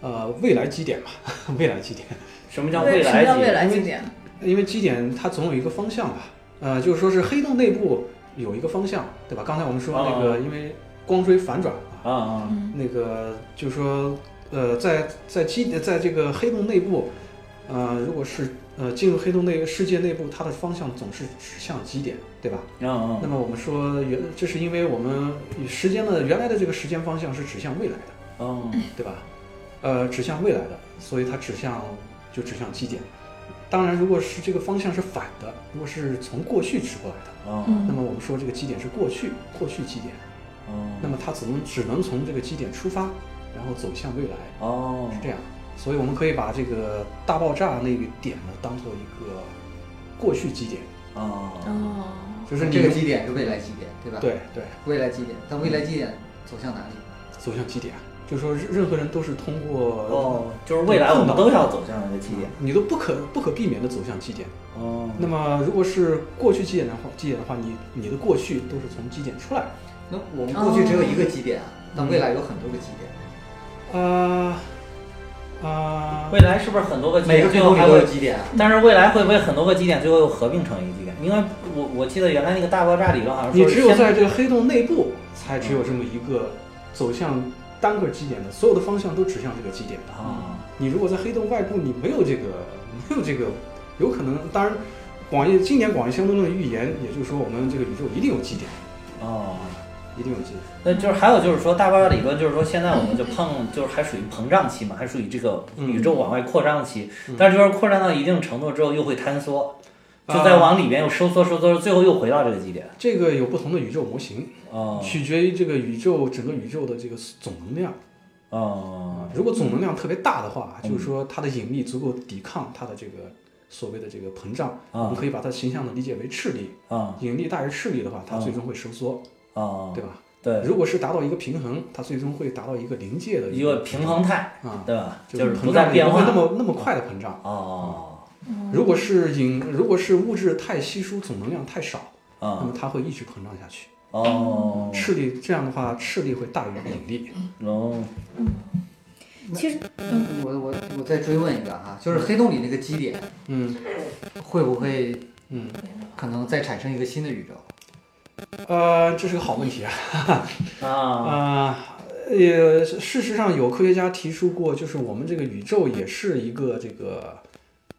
Speaker 4: 呃未来基点吧， 未来基点，
Speaker 2: 什么叫
Speaker 1: 为
Speaker 2: 未
Speaker 1: 什么
Speaker 2: 来嗯
Speaker 1: 叫
Speaker 2: 基
Speaker 1: 未
Speaker 2: 点？
Speaker 1: 来经典？
Speaker 4: 因为基点它总有一个方向吧，呃，就是说是黑洞内部有一个方向，对吧？刚才我们说那
Speaker 2: 哦
Speaker 4: 个，因为光锥反转啊，
Speaker 2: 啊啊
Speaker 1: 嗯
Speaker 4: 那个就是说，呃，在在基在这个黑洞内部，呃，如果是呃进入黑洞内世界内部，它的方向总是指向基点，对吧？
Speaker 2: 啊
Speaker 3: 嗯
Speaker 2: 啊！
Speaker 4: 那么我们说原，这是因为我们时间的原来的这个时间方向是指向未来的，
Speaker 2: 嗯
Speaker 4: 对吧？呃，指向未来的，所以它指向就指向基点。当然，如果是这个方向是反的，如果是从过去指过来的，
Speaker 2: 嗯
Speaker 4: 那
Speaker 1: 嗯
Speaker 4: 么我们说这个基点是过去，过去基点，那
Speaker 2: 嗯
Speaker 4: 么它只能只能从这个基点出发，然后走向未来，
Speaker 3: 嗯
Speaker 2: 哦
Speaker 4: 是这样。所以我们可以把这个大爆炸那个点呢，当做一个过去基点，
Speaker 2: 哦
Speaker 1: 哦，
Speaker 4: 就是你
Speaker 3: 这个基点啊是未来基点，对吧？，
Speaker 4: 对对
Speaker 3: 未来基点，但未来基点走向哪里？
Speaker 4: 走向基点，就说任任何人都是通过
Speaker 2: 哦，就是未来我们都要走向那个基点。
Speaker 4: 你都不可不可避免的走向基点。
Speaker 2: 哦，
Speaker 4: 那么如果是过去基点的话，基点的话，你你的过去都是从基点出来的。
Speaker 3: 那我们过去只有一个基点啊，
Speaker 4: 哦
Speaker 3: 但未来有很多个基点。
Speaker 4: 啊、啊、
Speaker 2: 未来是不是很多个基
Speaker 3: 每个
Speaker 2: 点最
Speaker 3: 黑洞
Speaker 2: 后
Speaker 3: 里
Speaker 2: 还
Speaker 3: 都有
Speaker 2: 会？
Speaker 3: 基点啊。
Speaker 2: 但是未来会不会很多个基点最后又合并成一个基点？因为我我记得原来那个大爆炸理论好像
Speaker 4: 你
Speaker 2: 说是
Speaker 4: 只有
Speaker 2: 先
Speaker 4: 在这嗯个黑洞内部才只有这么一个走向单个基点的，所有的方向都指向这个基点的。
Speaker 2: 啊
Speaker 4: 你如果在黑洞外部，你没有这个，没有这个，有可能。当然，广义经典广义相对论的预言，也就是说，我们这个宇宙一定有基点，
Speaker 2: 哦。
Speaker 4: 一定有基点。
Speaker 2: 那就是还有就是说，大爆炸理论就是说，现在我们就碰就是还属于膨胀期嘛，还属于这个
Speaker 4: 嗯
Speaker 2: 宇宙往外扩张期，但是就是扩张到一定程度之后又会坍缩，就再
Speaker 4: 啊
Speaker 2: 往里边又收缩收缩，最后又回到这个基点。
Speaker 4: 这个有不同的宇宙模型，
Speaker 2: 哦
Speaker 4: 取决于这个宇宙整个宇宙的这个总能量。
Speaker 2: 哦
Speaker 4: 如果总能量特别大的话，
Speaker 2: 嗯
Speaker 4: 就是说它的引力足够抵抗它的这个所谓的这个膨胀。我们
Speaker 2: 啊
Speaker 4: 可以把它形象的理解为斥力，
Speaker 2: 啊
Speaker 4: 引力大于斥力的话，它最终会收缩，
Speaker 2: 啊！
Speaker 4: 对吧？
Speaker 2: 对，
Speaker 4: 如果是达到一个平衡，它最终会达到一个临界的
Speaker 2: 一个平衡态，
Speaker 4: 啊，
Speaker 2: 对吧？
Speaker 4: 就
Speaker 2: 就是不
Speaker 4: 膨
Speaker 2: 再
Speaker 4: 胀也
Speaker 2: 变
Speaker 4: 不
Speaker 2: 化
Speaker 4: 会。那么那么快的膨胀。
Speaker 2: 哦
Speaker 4: 如果是引，如果是物质太稀疏，总能量太少，那
Speaker 2: 啊
Speaker 4: 么它会一直膨胀下去。
Speaker 2: 哦
Speaker 4: 斥力这样的话，斥力会大于引力。
Speaker 2: 哦
Speaker 1: 其实
Speaker 3: 我我我再追问一个哈，就是黑洞里那个基点
Speaker 4: 嗯
Speaker 3: 会不会
Speaker 4: 嗯。
Speaker 3: 可能再产生一个新的宇宙？
Speaker 4: 呃，这是个好问题啊。
Speaker 2: 啊
Speaker 4: 啊、也事实上有科学家提出过，就是我们这个宇宙也是一个这个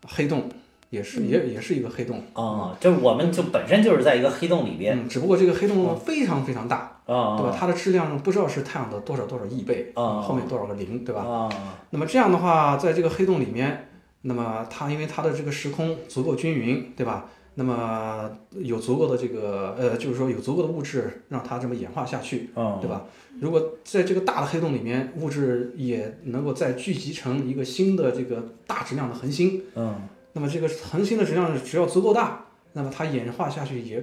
Speaker 4: 黑洞，也是也也是一个黑洞。
Speaker 2: 哦，就是我们就本身就是在一个黑洞里边
Speaker 4: 嗯，只不过这个黑洞非常非常大，对吧？
Speaker 2: 啊
Speaker 4: 它的质量不知道是太阳的多少多少亿倍，
Speaker 2: 啊
Speaker 4: 后面多少个零，对吧？
Speaker 2: 啊
Speaker 4: 那么这样的话，在这个黑洞里面，那么它因为它的这个时空足够均匀，对吧？那么有足够的这个呃，就是说有足够的物质让它这么演化下去，
Speaker 2: 嗯
Speaker 4: 对吧？如果在这个大的黑洞里面，物质也能够再聚集成一个新的这个大质量的恒星，
Speaker 2: 嗯
Speaker 4: 那么这个恒星的质量只要足够大，那么它演化下去也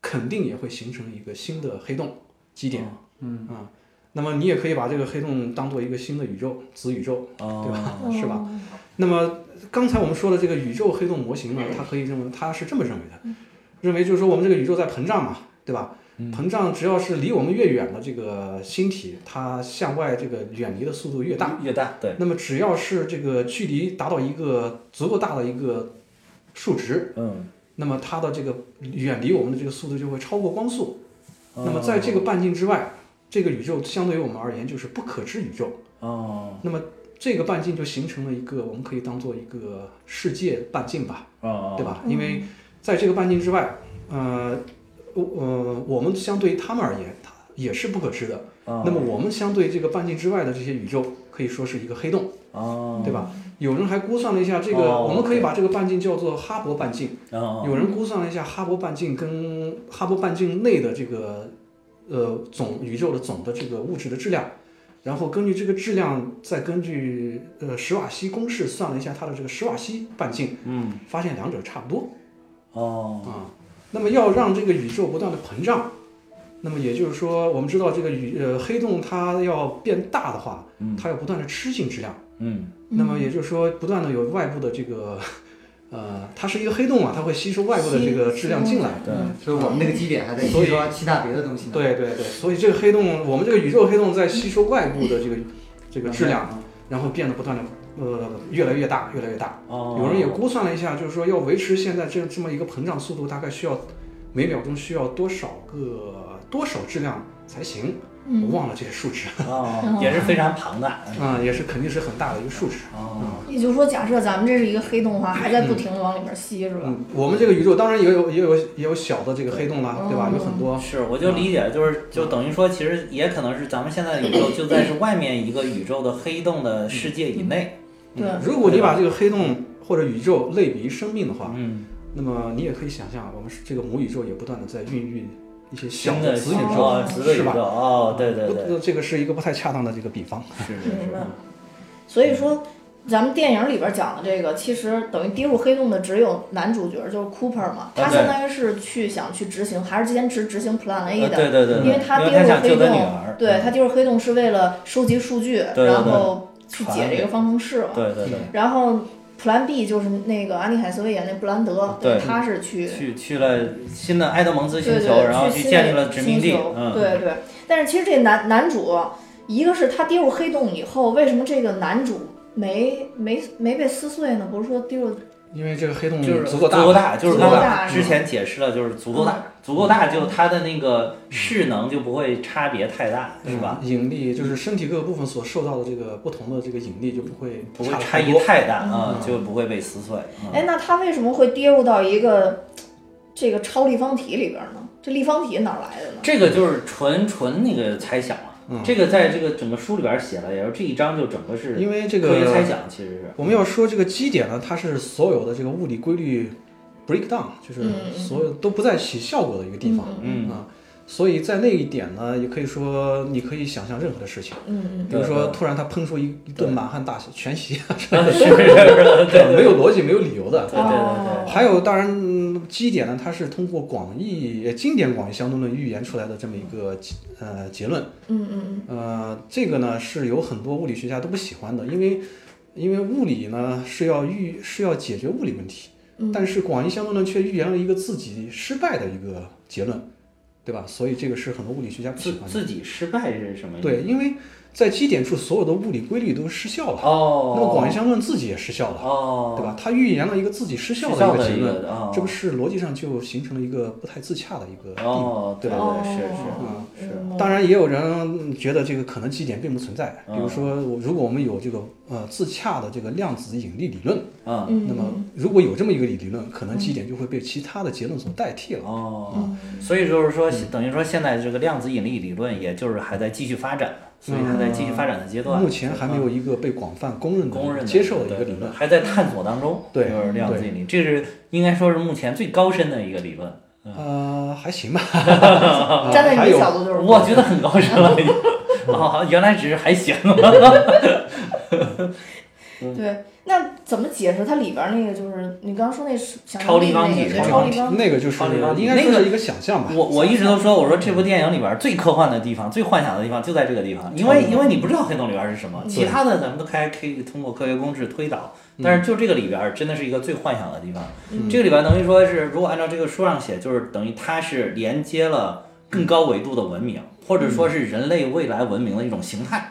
Speaker 4: 肯定也会形成一个新的黑洞基点。嗯啊、那么你也可以把这个黑洞当做一个新的宇宙子宇宙，
Speaker 2: 哦
Speaker 4: 对吧？ 是吧？那么刚才我们说的这个宇宙黑洞模型呢，它可以认为它是这么认为的，认为就是说我们这个宇宙在膨胀嘛，对吧？膨胀只要是离我们越远了，这个星体它向外这个远离的速度越大。
Speaker 2: 越大，对，
Speaker 4: 那么只要是这个距离达到一个足够大的一个数值，
Speaker 2: 嗯，
Speaker 4: 那么它的这个远离我们的这个速度就会超过光速。那么在这个半径之外，这个宇宙相对于我们而言就是不可知宇宙。
Speaker 2: 哦，
Speaker 4: 那么这个半径就形成了一个，我们可以当做一个世界半径吧，
Speaker 2: 哦，
Speaker 4: 对吧？因为在这个半径之外，呃，我呃，我们相对于他们而言，它也是不可知的。
Speaker 2: 哦
Speaker 4: 那么我们相对这个半径之外的这些宇宙，可以说是一个黑洞，
Speaker 2: 哦，
Speaker 4: 对吧？有人还估算了一下这个，
Speaker 2: 哦
Speaker 4: 我们可以把这个半径叫做哈勃半径。
Speaker 2: 哦，
Speaker 4: 有人估算了一下哈勃半径跟哈勃半径内的这个呃总宇宙的总的这个物质的质量，然后根据这个质量，再根据呃史瓦西公式算了一下它的这个史瓦西半径，
Speaker 2: 嗯，
Speaker 4: 发现两者差不多
Speaker 2: 哦，
Speaker 4: 啊。那么要让这个宇宙不断的膨胀，那么也就是说，我们知道这个宇呃黑洞它要变大的话，它要不断的吃进质量。
Speaker 2: 嗯，
Speaker 4: 那么也就是说，不断的有外部的这个，呃，它是一个黑洞嘛，它会吸收外部的这个质量进来。
Speaker 2: 对，
Speaker 3: 所以我们那个基点还在
Speaker 4: 嗯所
Speaker 3: 吸
Speaker 4: 以
Speaker 3: 收其他别的东西呢。
Speaker 4: 对对对，所以这个黑洞，我们这个宇宙黑洞在吸收外部的这个这个质量，然后变得不断的呃越来越大，越来越大。
Speaker 2: 哦，
Speaker 4: 有人也估算了一下，就是说要维持现在这这么一个膨胀速度，大概需要每秒钟需要多少个多少质量才行？我忘了这些数值
Speaker 2: 哦，也是非常庞大，
Speaker 4: 啊、也是肯定是很大的一个数值。
Speaker 2: 嗯
Speaker 4: 啊
Speaker 2: 哦，
Speaker 1: 也就是说，假设咱们这是一个黑洞的话，还在不停的往里面吸，是吧？
Speaker 4: 嗯，我们这个宇宙当然也有也有也有小的这个黑洞啦，对吧？有很多
Speaker 2: 是，我就理解，就是就等于说，其实也可能是咱们现在的宇宙就在是外面一个宇宙的黑洞的世界以内，
Speaker 1: 对，
Speaker 2: 嗯
Speaker 4: 如果你把这个黑洞或者宇宙类比于生命的话，
Speaker 2: 嗯，
Speaker 4: 那么你也可以想象，我们是这个母宇宙也不断的在孕育一些小
Speaker 2: 新的
Speaker 4: 子宇
Speaker 2: 哦
Speaker 4: 宙，
Speaker 2: 子的宇
Speaker 4: 是
Speaker 2: 宙，
Speaker 4: 吧？
Speaker 2: 哦，对对对，
Speaker 4: 不，这个是一个不太恰当的这个比方。
Speaker 2: 是是
Speaker 1: 嗯明白
Speaker 2: 是，。
Speaker 1: 所以说，咱们电影里边讲的这个，其实等于跌入黑洞的只有男主角，就是 Cooper 嘛，
Speaker 2: 啊
Speaker 1: 他
Speaker 2: 对
Speaker 1: 相当于是去想去执行，还是先执执行 Plan
Speaker 2: 呃
Speaker 1: A 的。
Speaker 2: 对对对，
Speaker 1: 哎因为他
Speaker 2: 因
Speaker 1: 跌
Speaker 2: 为他
Speaker 1: 入
Speaker 2: 想救
Speaker 1: 黑
Speaker 2: 他女
Speaker 1: 洞
Speaker 2: 儿，，嗯
Speaker 1: 对他跌入黑洞是为了收集数据，
Speaker 2: 对
Speaker 1: 然后去解
Speaker 2: 传
Speaker 1: 这个方程式嘛。
Speaker 2: 对对对。
Speaker 1: 然后 Plan B 就是那个安妮海瑟薇演那布兰德，
Speaker 2: 对
Speaker 1: 他是去
Speaker 2: 去去了新的埃德蒙
Speaker 1: 对
Speaker 2: 兹星
Speaker 1: 对，
Speaker 2: 球，然后去
Speaker 1: 新
Speaker 2: 建
Speaker 1: 的
Speaker 2: 立了殖民地
Speaker 1: 星球。
Speaker 2: 嗯，
Speaker 1: 对对。但是其实这男男主，一个是他跌入黑洞以后，为什么这个男主没没没被撕碎呢？不是说跌入
Speaker 4: 因为这个黑洞
Speaker 2: 就是
Speaker 4: 足够大，
Speaker 2: 大，就是
Speaker 1: 足
Speaker 2: 刚
Speaker 1: 够
Speaker 2: 才
Speaker 4: 嗯
Speaker 1: 大
Speaker 2: 之前解释了，就是足够大，足够大，就它的那个势能就不会差别太大，是吧？
Speaker 4: 嗯？引力就是身体各个部分所受到的这个不同的这个引力就不会
Speaker 2: 不会
Speaker 4: 嗯差得
Speaker 2: 差
Speaker 4: 太
Speaker 2: 异
Speaker 4: 多。嗯
Speaker 2: 太大啊，就不会被撕碎。嗯
Speaker 1: 哎，那他为什么会跌入到一个这个超立方体里边呢？这立方体哪儿来的呢？
Speaker 2: 这个就是纯纯那个猜想了，
Speaker 4: 嗯
Speaker 2: 这个在这个整个书里边写了，也就是这一章就整个是
Speaker 4: 因为这
Speaker 2: 科学猜
Speaker 4: 个
Speaker 2: 想，其实是
Speaker 4: 我们要说这个基点呢，它是所有的这个物理规律 breakdown，就是
Speaker 1: 嗯
Speaker 4: 所有都不再起效果的一个地方。
Speaker 2: 嗯
Speaker 4: 啊，所以在那一点呢，也可以说你可以想象任何的事情，
Speaker 1: 嗯
Speaker 4: 比如
Speaker 2: 对
Speaker 4: 说
Speaker 2: 对
Speaker 4: 突然他喷出一一顿满汉大全席，
Speaker 2: 啊 是是是，对对
Speaker 4: 呃没有逻辑、没有理由的。
Speaker 2: 对对
Speaker 1: 哦
Speaker 4: 还有，当然嗯基点呢，它是通过广义呃经典广义相对论预言出来的这么一个结呃结论。
Speaker 1: 嗯嗯嗯
Speaker 4: 呃，这个呢是有很多物理学家都不喜欢的，因为因为物理呢是要预是要解决物理问题，
Speaker 2: 嗯
Speaker 4: 但是广义相对论却预言了一个自己失败的一个结论，对吧？所以这个是很多物理学家
Speaker 2: 对，
Speaker 4: 不喜
Speaker 2: 自
Speaker 4: 欢的。
Speaker 2: 自己失败是什么意思？
Speaker 4: 对，因为在基点处所有的物理规律都失效了，
Speaker 2: 哦，
Speaker 4: 那么广义相对论自己也失效了，
Speaker 2: 哦，
Speaker 4: 对吧？它预言了一个自己失效
Speaker 2: 的
Speaker 4: 的一个结论，
Speaker 2: 个哦
Speaker 4: 这不是逻辑上就形成了一个不太自洽的一个地方。
Speaker 2: 哦，对
Speaker 4: 对
Speaker 2: 对
Speaker 1: 哦
Speaker 2: 对，是是是，
Speaker 1: 嗯
Speaker 4: 当然，也有人觉得这个可能基点并不存在。比
Speaker 2: 嗯
Speaker 4: 如说，我如果我们有这个呃自洽的这个量子引力理论，
Speaker 2: 嗯，
Speaker 1: 嗯，
Speaker 4: 那么如果有这么一个理理论，可能基点就会被其他的结论所代替了。
Speaker 2: 哦，
Speaker 4: 嗯
Speaker 2: 所以就是说，等于说现在这个量子引力理论，也就是还在继续发展，所以还在继续发展的阶段，
Speaker 4: 目前还没有一个被广泛公认的、
Speaker 2: 嗯公认的
Speaker 4: 嗯接受的一个
Speaker 2: 对
Speaker 4: 理论。
Speaker 2: 还在探索当中，
Speaker 4: 对
Speaker 2: 就是量子引力，这是应该说是目前最高深的一个理 论，
Speaker 4: 呃，还行吧。
Speaker 1: 站在
Speaker 4: 还
Speaker 1: 你的
Speaker 4: 有
Speaker 1: 角度就是
Speaker 2: 我觉得很 高深了。已经。哦，原来只是还行，
Speaker 1: 对，那怎么解释它里边那个？就是你刚刚说那是想
Speaker 2: 超立方
Speaker 1: 那
Speaker 2: 体
Speaker 1: 个
Speaker 2: 是吧
Speaker 1: 超立方体，
Speaker 4: 那个就是
Speaker 2: 超级棒
Speaker 4: 应该就是一个想象吧。
Speaker 2: 我我一直都说，我说这部电影里边最科幻的地方、最幻想的地方就在这个地方，因为因为你不知道黑洞里边是什么，其他的咱们都开可以通过科学公式推导，但是就这个里边真的是一个最幻想的地方。这个里边等于说是，如果按照这个书上写，就是等于它是连接了更高维度的文明，或者说是人类未来文明的一种形态，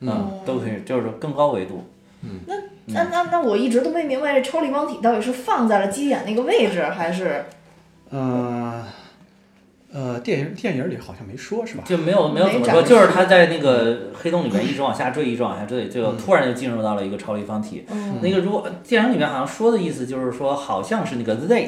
Speaker 2: 嗯，都可以，就是更高维度。嗯
Speaker 1: 那那那我一直都没明白，这超立方体到底是放在了鸡眼那个位置，还是
Speaker 4: 呃呃，电影电影里好像没说是吧？
Speaker 2: 就没有没有怎么说，就是他在那个黑洞里面一直往下坠，一直往下坠，最后突然就进入到了一个超立方体。
Speaker 1: 嗯
Speaker 2: 那个如果呃电影里面好像说的意思就是说，好像是那个 they，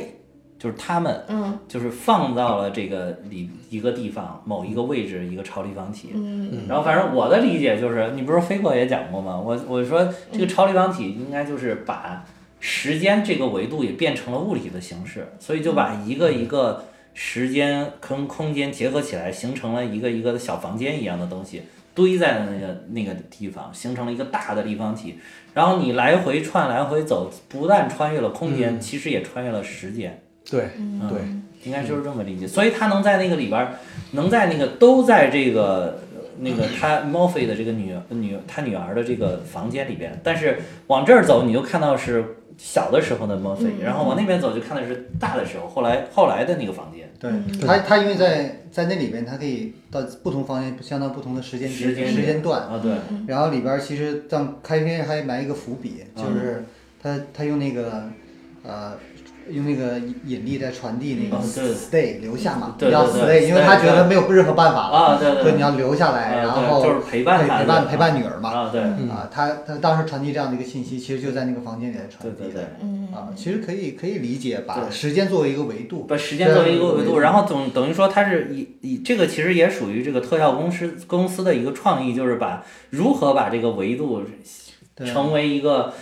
Speaker 2: 就是他们，
Speaker 1: 嗯
Speaker 2: 就是放到了这个里一个地方某一个位置一个超立方体。
Speaker 1: 嗯
Speaker 2: 然后反正我的理解就是，你不是飞过也讲过吗？我我说这个超立方体应该就是把时间这个维度也变成了物理的形式，所以就把一个一个时间跟空间结合起来，形成了一个一个的小房间一样的东西堆在了那个那个地方，形成了一个大的立方体。然后你来回串来回走，不但穿越了空间，其实也穿越了时间。
Speaker 4: 对
Speaker 1: 嗯
Speaker 4: 对，
Speaker 2: 应该就是这么理解。所以他能在那个里边儿，能在那个都在这个呃那个他 Morphy 的这个女女他女儿的这个房间里边，但是往这儿走你就看到是小的时候的 Morphy，、然后往那边走就看的是大的时候，后来后来的那个房间。
Speaker 3: 对
Speaker 1: 嗯
Speaker 3: 他，他因为在在那里边，他可以到不同方向，相当不同的时间节
Speaker 2: 时间
Speaker 3: 时间段。
Speaker 2: 啊，对，
Speaker 3: 然后里边儿其实让开篇还埋一个伏笔，
Speaker 2: 嗯
Speaker 3: 就是他他用那个呃用那个引力在传递那个
Speaker 2: 哦对
Speaker 3: stay 留下嘛，
Speaker 2: 对对
Speaker 3: 要
Speaker 2: 对
Speaker 3: stay，因为他觉得没有任何办法了，
Speaker 2: 啊，对
Speaker 3: 所
Speaker 2: 对
Speaker 3: 以你
Speaker 2: 对，
Speaker 3: 要留下
Speaker 2: 啊
Speaker 3: 来，然
Speaker 2: 对
Speaker 3: 后
Speaker 2: 就是陪伴他
Speaker 3: 陪
Speaker 2: 对
Speaker 3: 伴陪伴女儿嘛。
Speaker 2: 啊，对，
Speaker 1: 嗯
Speaker 3: 啊，他他当时传递这样的一个信息，其实就在那个房间里来传
Speaker 2: 对
Speaker 3: 递
Speaker 2: 对
Speaker 3: 的
Speaker 1: 嗯
Speaker 3: 啊，其实可以可以理解，把
Speaker 2: 对
Speaker 3: 时间作为一个维度，
Speaker 2: 把时间作为一个维
Speaker 3: 对
Speaker 2: 度，然后总等于说它是以以这个其实也属于这个特效公司公司的一个创意，就是把如何把这个维度
Speaker 3: 对
Speaker 2: 成为一个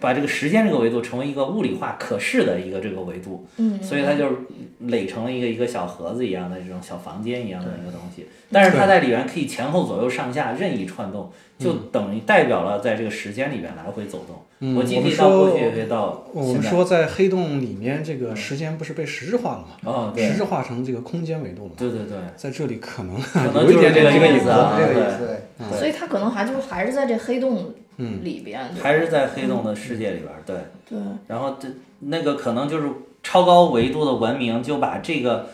Speaker 2: 把这个时间这个维度成为一个物理化可视的一个这个维度，
Speaker 1: 嗯，
Speaker 2: 所以它就是垒成了一个一个小盒子一样的这种小房间一样的一个东西，但是它在里面可以前后左右上下任意窜动，就等于代表了在这个时间里面来回走动。
Speaker 4: 嗯
Speaker 2: 我既
Speaker 4: 我
Speaker 2: 可
Speaker 4: 们
Speaker 2: 以到过去，
Speaker 4: 说
Speaker 2: 也可以到
Speaker 4: 我
Speaker 2: 现
Speaker 4: 们
Speaker 2: 在。
Speaker 4: 说在黑洞里面，这个时间不是被实质化了吗？
Speaker 2: 哦，对
Speaker 4: 实，质化成这个空间维度了嘛，
Speaker 2: 对对对，
Speaker 4: 在这里可能
Speaker 2: 可能
Speaker 4: 有一
Speaker 2: 就是
Speaker 4: 点
Speaker 2: 这个
Speaker 1: 这个
Speaker 2: 意思啊，
Speaker 3: 这个
Speaker 2: 对
Speaker 3: 意思。对
Speaker 1: 所以它可能还就还是在这黑洞
Speaker 4: 嗯
Speaker 1: 里边，
Speaker 2: 还是在黑洞的世界里边儿，对。
Speaker 1: 对，
Speaker 2: 然后这那个可能就是超高维度的文明就把这个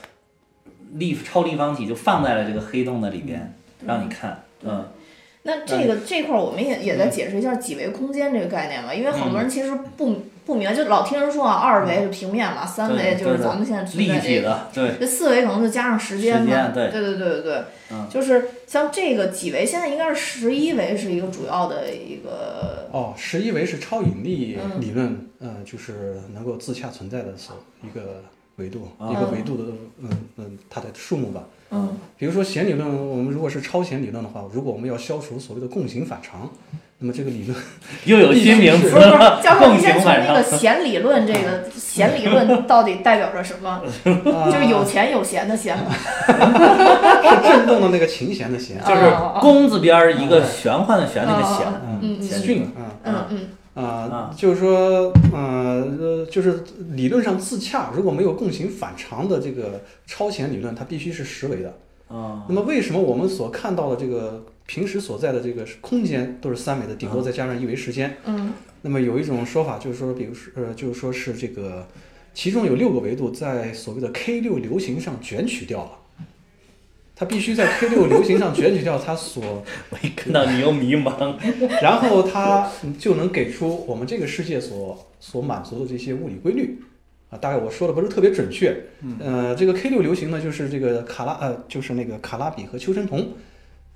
Speaker 2: 立超立方体就放在了这个黑洞的里边，让你看，嗯，
Speaker 1: 那这个这块儿，我们也也再解释一下几维空间这个概念吧，因为好多
Speaker 2: 嗯
Speaker 1: 人其实不不明白，就老听人说啊，二维是平面嘛，三维就是咱们现在存
Speaker 2: 立
Speaker 1: 在哎
Speaker 2: 体
Speaker 1: 这个，
Speaker 2: 的， 对，
Speaker 1: 这四维可能就加上时间
Speaker 2: 时
Speaker 1: 嘛
Speaker 2: 间，对
Speaker 1: 对对对对对
Speaker 2: 嗯，
Speaker 1: 就是像这个几维，现在应该是十一维是一个主要的一 个，
Speaker 4: 哦，十一维是超引力
Speaker 2: 嗯
Speaker 4: 理论，呃，就是能够自洽存在的所一个维度，一个维度的，嗯嗯，它的数目吧。
Speaker 1: 嗯
Speaker 4: 比如说弦理论，我们如果是超弦理论的话，如果我们要消除所谓的共性反常，那么这个理论
Speaker 2: 又有新名
Speaker 1: 不
Speaker 2: 词
Speaker 1: 是不是，教
Speaker 2: 了，
Speaker 1: 授，
Speaker 2: 共
Speaker 1: 你
Speaker 2: 情
Speaker 1: 先从
Speaker 2: 反
Speaker 1: 那
Speaker 2: 常
Speaker 1: 个，弦理论这个弦理论到底代表着什 么？就是有钱有闲的闲嘛，
Speaker 4: 是震动的那个琴弦的弦，
Speaker 2: 就是弓字边儿一个玄幻的玄那个
Speaker 1: 哦哦
Speaker 2: 弦
Speaker 1: 哦，
Speaker 2: 嗯，弦
Speaker 4: 迅啊
Speaker 1: 嗯嗯
Speaker 4: 啊，就是说，呃，就是理论上自洽，如果没有共性反常的这个超弦理论，它必须是十维的。
Speaker 2: 啊，
Speaker 4: 那么为什么我们所看到的这个平时所在的这个空间都是三维的，顶多再加上一维时间？
Speaker 1: 嗯
Speaker 4: 那么有一种说法就是说，比如说呃，就是说是这个，其中有六个维度在所谓的 K 六流行上卷取掉了，它必须在 K 六流行上卷取掉它所，
Speaker 2: 我一看到你又迷茫，
Speaker 4: 然后它就能给出我们这个世界所所满足的这些物理规律。啊，大概我说的不是特别准确。
Speaker 2: 嗯
Speaker 4: 呃，这个 K 六流行呢，就是这个卡拉呃，就是那个卡拉比和丘成同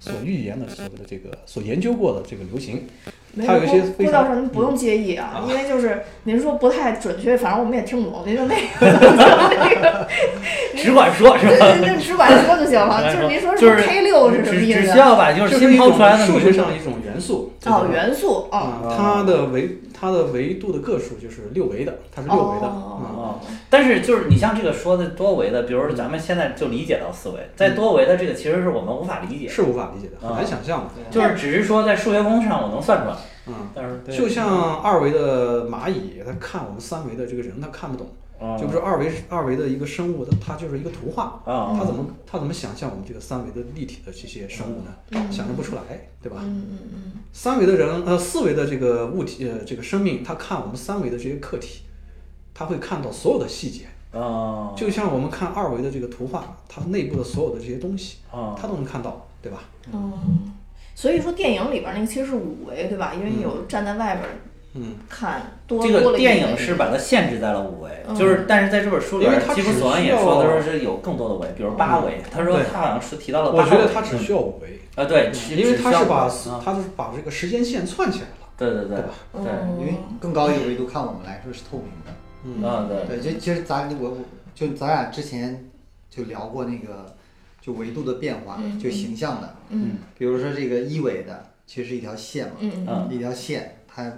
Speaker 4: 所预言的所谓的这个所研究过的这个流行。
Speaker 1: 没
Speaker 4: 嗯它有一些
Speaker 1: 郭郭
Speaker 4: 非常
Speaker 1: 教授，您不用介意啊，因为就是您说不太准确，反正我们也听不懂，您就 那个那个，
Speaker 2: 只管说是吧？
Speaker 1: 您就只管说就行 了。 就是您说
Speaker 2: 就是
Speaker 1: K 六是什么
Speaker 2: 只
Speaker 1: 意
Speaker 2: 只
Speaker 1: 思啊
Speaker 2: 需？要把就
Speaker 4: 就是是一
Speaker 2: 新
Speaker 4: 种
Speaker 2: 抛出来的
Speaker 4: 数学
Speaker 2: 名
Speaker 4: 上的一种元素。
Speaker 1: 哦，元素哦，
Speaker 4: 啊，它的维它的维度的个数就是六维的，它是六维的。
Speaker 1: 哦
Speaker 4: 嗯
Speaker 2: 哦，但是就是你像这个说的多维的，比如说咱们现在就理解到四维，在多维的这个其实是我们无法理解，
Speaker 4: 是无法理解的，很
Speaker 2: 啊
Speaker 4: 难想象的。
Speaker 2: 就是只是说在数学公式上我能算出来，
Speaker 4: 嗯，
Speaker 2: 但哦是对
Speaker 4: 就像二维的蚂蚁，它看我们三维的这个人，它看不懂。
Speaker 2: 啊
Speaker 4: 就比如说二维二维的一个生物，它它就是一个图画，
Speaker 1: 哦
Speaker 2: 啊
Speaker 4: 它怎么它怎么想象我们这个三维的立体的这些生物呢？想象不出来，对吧？
Speaker 1: 嗯嗯嗯，
Speaker 4: 三维的人，呃，四维的这个物体，呃，这个生命，他看我们三维的这些客体，他会看到所有的细节，
Speaker 1: 哦
Speaker 2: 啊
Speaker 4: 就像我们看二维的这个图画，它内部的所有的这些东西，
Speaker 1: 哦
Speaker 2: 啊
Speaker 4: 他都能看到，对吧？
Speaker 1: 嗯所以说电影里边那个其实是五维对吧？因为有站在外边
Speaker 4: 嗯，
Speaker 1: 看多
Speaker 2: 这
Speaker 1: 多
Speaker 2: 个
Speaker 1: 了一
Speaker 2: 电
Speaker 1: 维
Speaker 2: 影是把它限制在了五维，
Speaker 1: 嗯
Speaker 2: 就是但是在这本书里
Speaker 4: 因
Speaker 2: 边
Speaker 4: 为，它
Speaker 2: 基普
Speaker 4: 只
Speaker 2: 索恩也
Speaker 4: 需要
Speaker 2: 说，他说是有更多的维，比如八维，他说
Speaker 4: 对
Speaker 2: 他好像是提
Speaker 1: 哦
Speaker 2: 到了八维，
Speaker 4: 我觉得他只需要五
Speaker 1: 嗯
Speaker 4: 维，
Speaker 2: 啊对，
Speaker 4: 因为他
Speaker 2: 他
Speaker 4: 是把
Speaker 2: 啊
Speaker 4: 他就是把这个时间线串起来了，
Speaker 2: 对对对
Speaker 4: 对吧
Speaker 1: 嗯
Speaker 2: 对，
Speaker 3: 因为更高一个维度看我们来说是透明的。
Speaker 4: 嗯，
Speaker 2: 啊对，
Speaker 3: 对，就其实咱我我就咱俩之前就聊过那个就维度的变化，
Speaker 1: 嗯
Speaker 3: 就形象的，
Speaker 1: 嗯
Speaker 3: 比如说这个一维的其实是一条线嘛，
Speaker 1: 嗯嗯
Speaker 3: 一条线它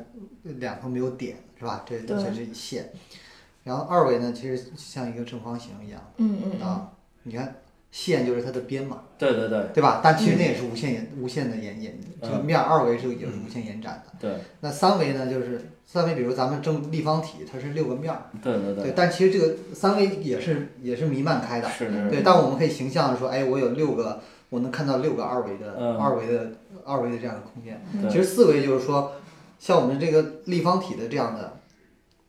Speaker 3: 两头没有点是吧？这
Speaker 1: 对
Speaker 3: 这是一线。然后二维呢，其实像一个正方形一样
Speaker 1: 嗯嗯嗯，
Speaker 3: 啊，你看线就是它的边嘛，
Speaker 2: 对对对
Speaker 3: 对吧？但其实那也是无限延无限的延延，
Speaker 2: 嗯
Speaker 3: 就面二维是也
Speaker 1: 嗯
Speaker 3: 是无限延展的。
Speaker 2: 对
Speaker 3: 那三维呢，就是三维，比如咱们正立方体，它是六个面儿。
Speaker 2: 对对
Speaker 3: 对，
Speaker 2: 对，
Speaker 3: 但其实这个三维也是也是弥漫开的，
Speaker 2: 是是，
Speaker 3: 对，但我们可以形象的说，哎，我有六个，我能看到六个二维的、
Speaker 2: 嗯
Speaker 3: 二维的二维的这样的空间。
Speaker 2: 对
Speaker 3: 其实四维就是说，像我们这个立方体的这样的，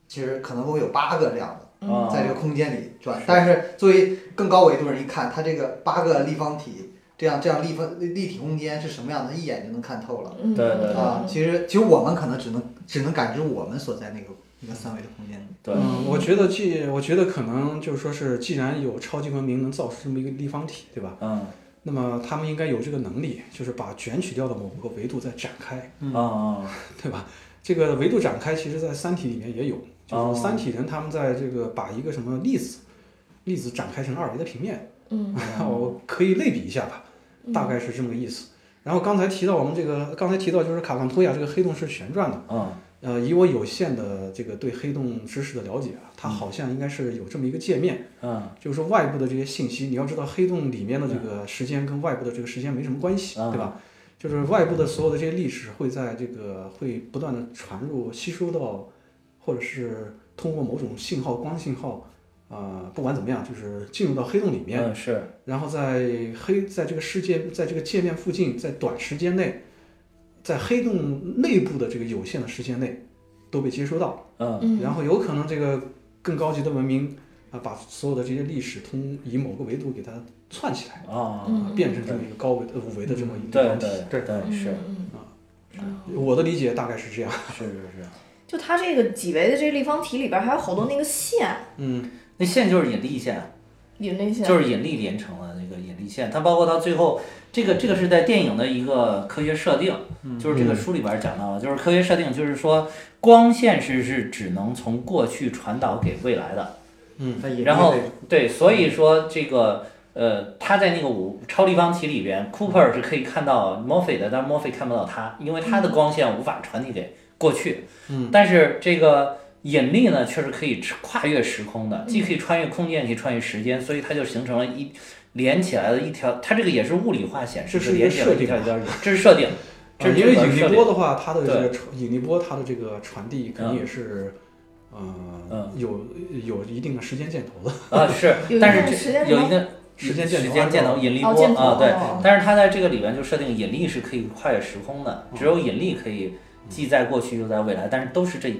Speaker 3: 其实可能会有八个这样的
Speaker 2: 啊
Speaker 3: 在这个空间里转，但是作为更高维度人一看，它这个八个立方体这样这样立方立体空间是什么样的，一眼就能看透了。
Speaker 1: 嗯
Speaker 2: 对对对
Speaker 3: 啊，其实其实我们可能只能只能感知我们所在那个那个三维的空间里。
Speaker 2: 对
Speaker 4: 嗯，我觉得既我觉得可能就是说是，既然有超级文明能造出这么一个立方体，对吧？
Speaker 2: 嗯
Speaker 4: 那么他们应该有这个能力，就是把卷取掉的某个维度再展开，
Speaker 2: 嗯啊
Speaker 4: 对吧？这个维度展开，其实在《三体》里面也有，就
Speaker 2: 哦
Speaker 4: 是三体人他们在这个把一个什么粒子，粒子展开成二维的平面，
Speaker 1: 嗯
Speaker 4: 我可以类比一下吧，
Speaker 2: 嗯
Speaker 4: 大概是这么个意思。然后刚才提到我们这个，刚才提到就是卡冈托亚这个黑洞是旋转的，
Speaker 2: 嗯
Speaker 4: 呃，以我有限的这个对黑洞知识的了解啊，它好像应该是有这么一个界面。
Speaker 2: 嗯
Speaker 4: 啊就是说外部的这些信息，你要知道黑洞里面的这个时间跟外部的这个时间没什么关系，
Speaker 2: 嗯
Speaker 4: 对吧？就是外部的所有的这些历史会在这个会不断的传入、吸收到，或者是通过某种信号、光信号，呃，不管怎么样，就是进入到黑洞里面，
Speaker 2: 嗯是
Speaker 4: 然后在黑在这个世界在这个界面附近，在短时间内，在黑洞内部的这个有限的时间内都被接收到。
Speaker 2: 嗯
Speaker 4: 然后有可能这个更高级的文明啊，把所有的这些历史通以某个维度给它串起来，
Speaker 2: 啊
Speaker 1: 嗯
Speaker 4: 变成这么一个高维的呃五维的这么一个
Speaker 2: 嗯对
Speaker 4: 东西。
Speaker 2: 对对是
Speaker 1: 嗯
Speaker 4: 我的理解大概是这样。
Speaker 2: 是是是，
Speaker 1: 就它这个几维的这个立方体里边还有好多那个线，
Speaker 4: 嗯，
Speaker 2: 那线就是引力线。
Speaker 1: 引力线，
Speaker 2: 就是引力连成了那个引力线，它包括到最后，这个这个是在电影的一个科学设定，就是这个书里边讲到的，就是科学设定，就是说光线是是只能从过去传导给未来的，
Speaker 3: 它也
Speaker 2: 然后
Speaker 3: 会
Speaker 2: 对，所以说这个呃，他在那个五超立方体里边，Cooper 是可以看到 Murphy 的，但是 Murphy 看不到他，因为他
Speaker 1: 嗯
Speaker 2: 的光线无法传递给过去。嗯，但是这个引力呢，却是可以跨越时空的，既可
Speaker 1: 嗯
Speaker 2: 以穿越空间，也可以穿越时间，所以它就形成了一连起来的一条，它这个也是物理化显示，
Speaker 4: 这是一个
Speaker 2: 连起来的一条一条引，这是设定，这
Speaker 4: 啊
Speaker 2: 是
Speaker 4: 因为
Speaker 2: 这个
Speaker 4: 引
Speaker 2: 设
Speaker 4: 力
Speaker 2: 定嗯
Speaker 4: 波的话，它的这个传引力波它的这个传递肯定也是。呃，有有一定的时间箭头的，
Speaker 2: 啊是
Speaker 1: 有一，
Speaker 2: 但
Speaker 1: 定
Speaker 2: 是
Speaker 1: 时
Speaker 2: 这
Speaker 1: 间
Speaker 2: 有一
Speaker 1: 轴
Speaker 2: 定
Speaker 4: 时间箭头
Speaker 2: 时间箭头引力波
Speaker 1: 哦箭头
Speaker 2: 啊对，
Speaker 1: 哦
Speaker 2: 但是它在这个里边就设定引力是可以跨越时空的，只有引力可以既在过去又在未来，但是都是这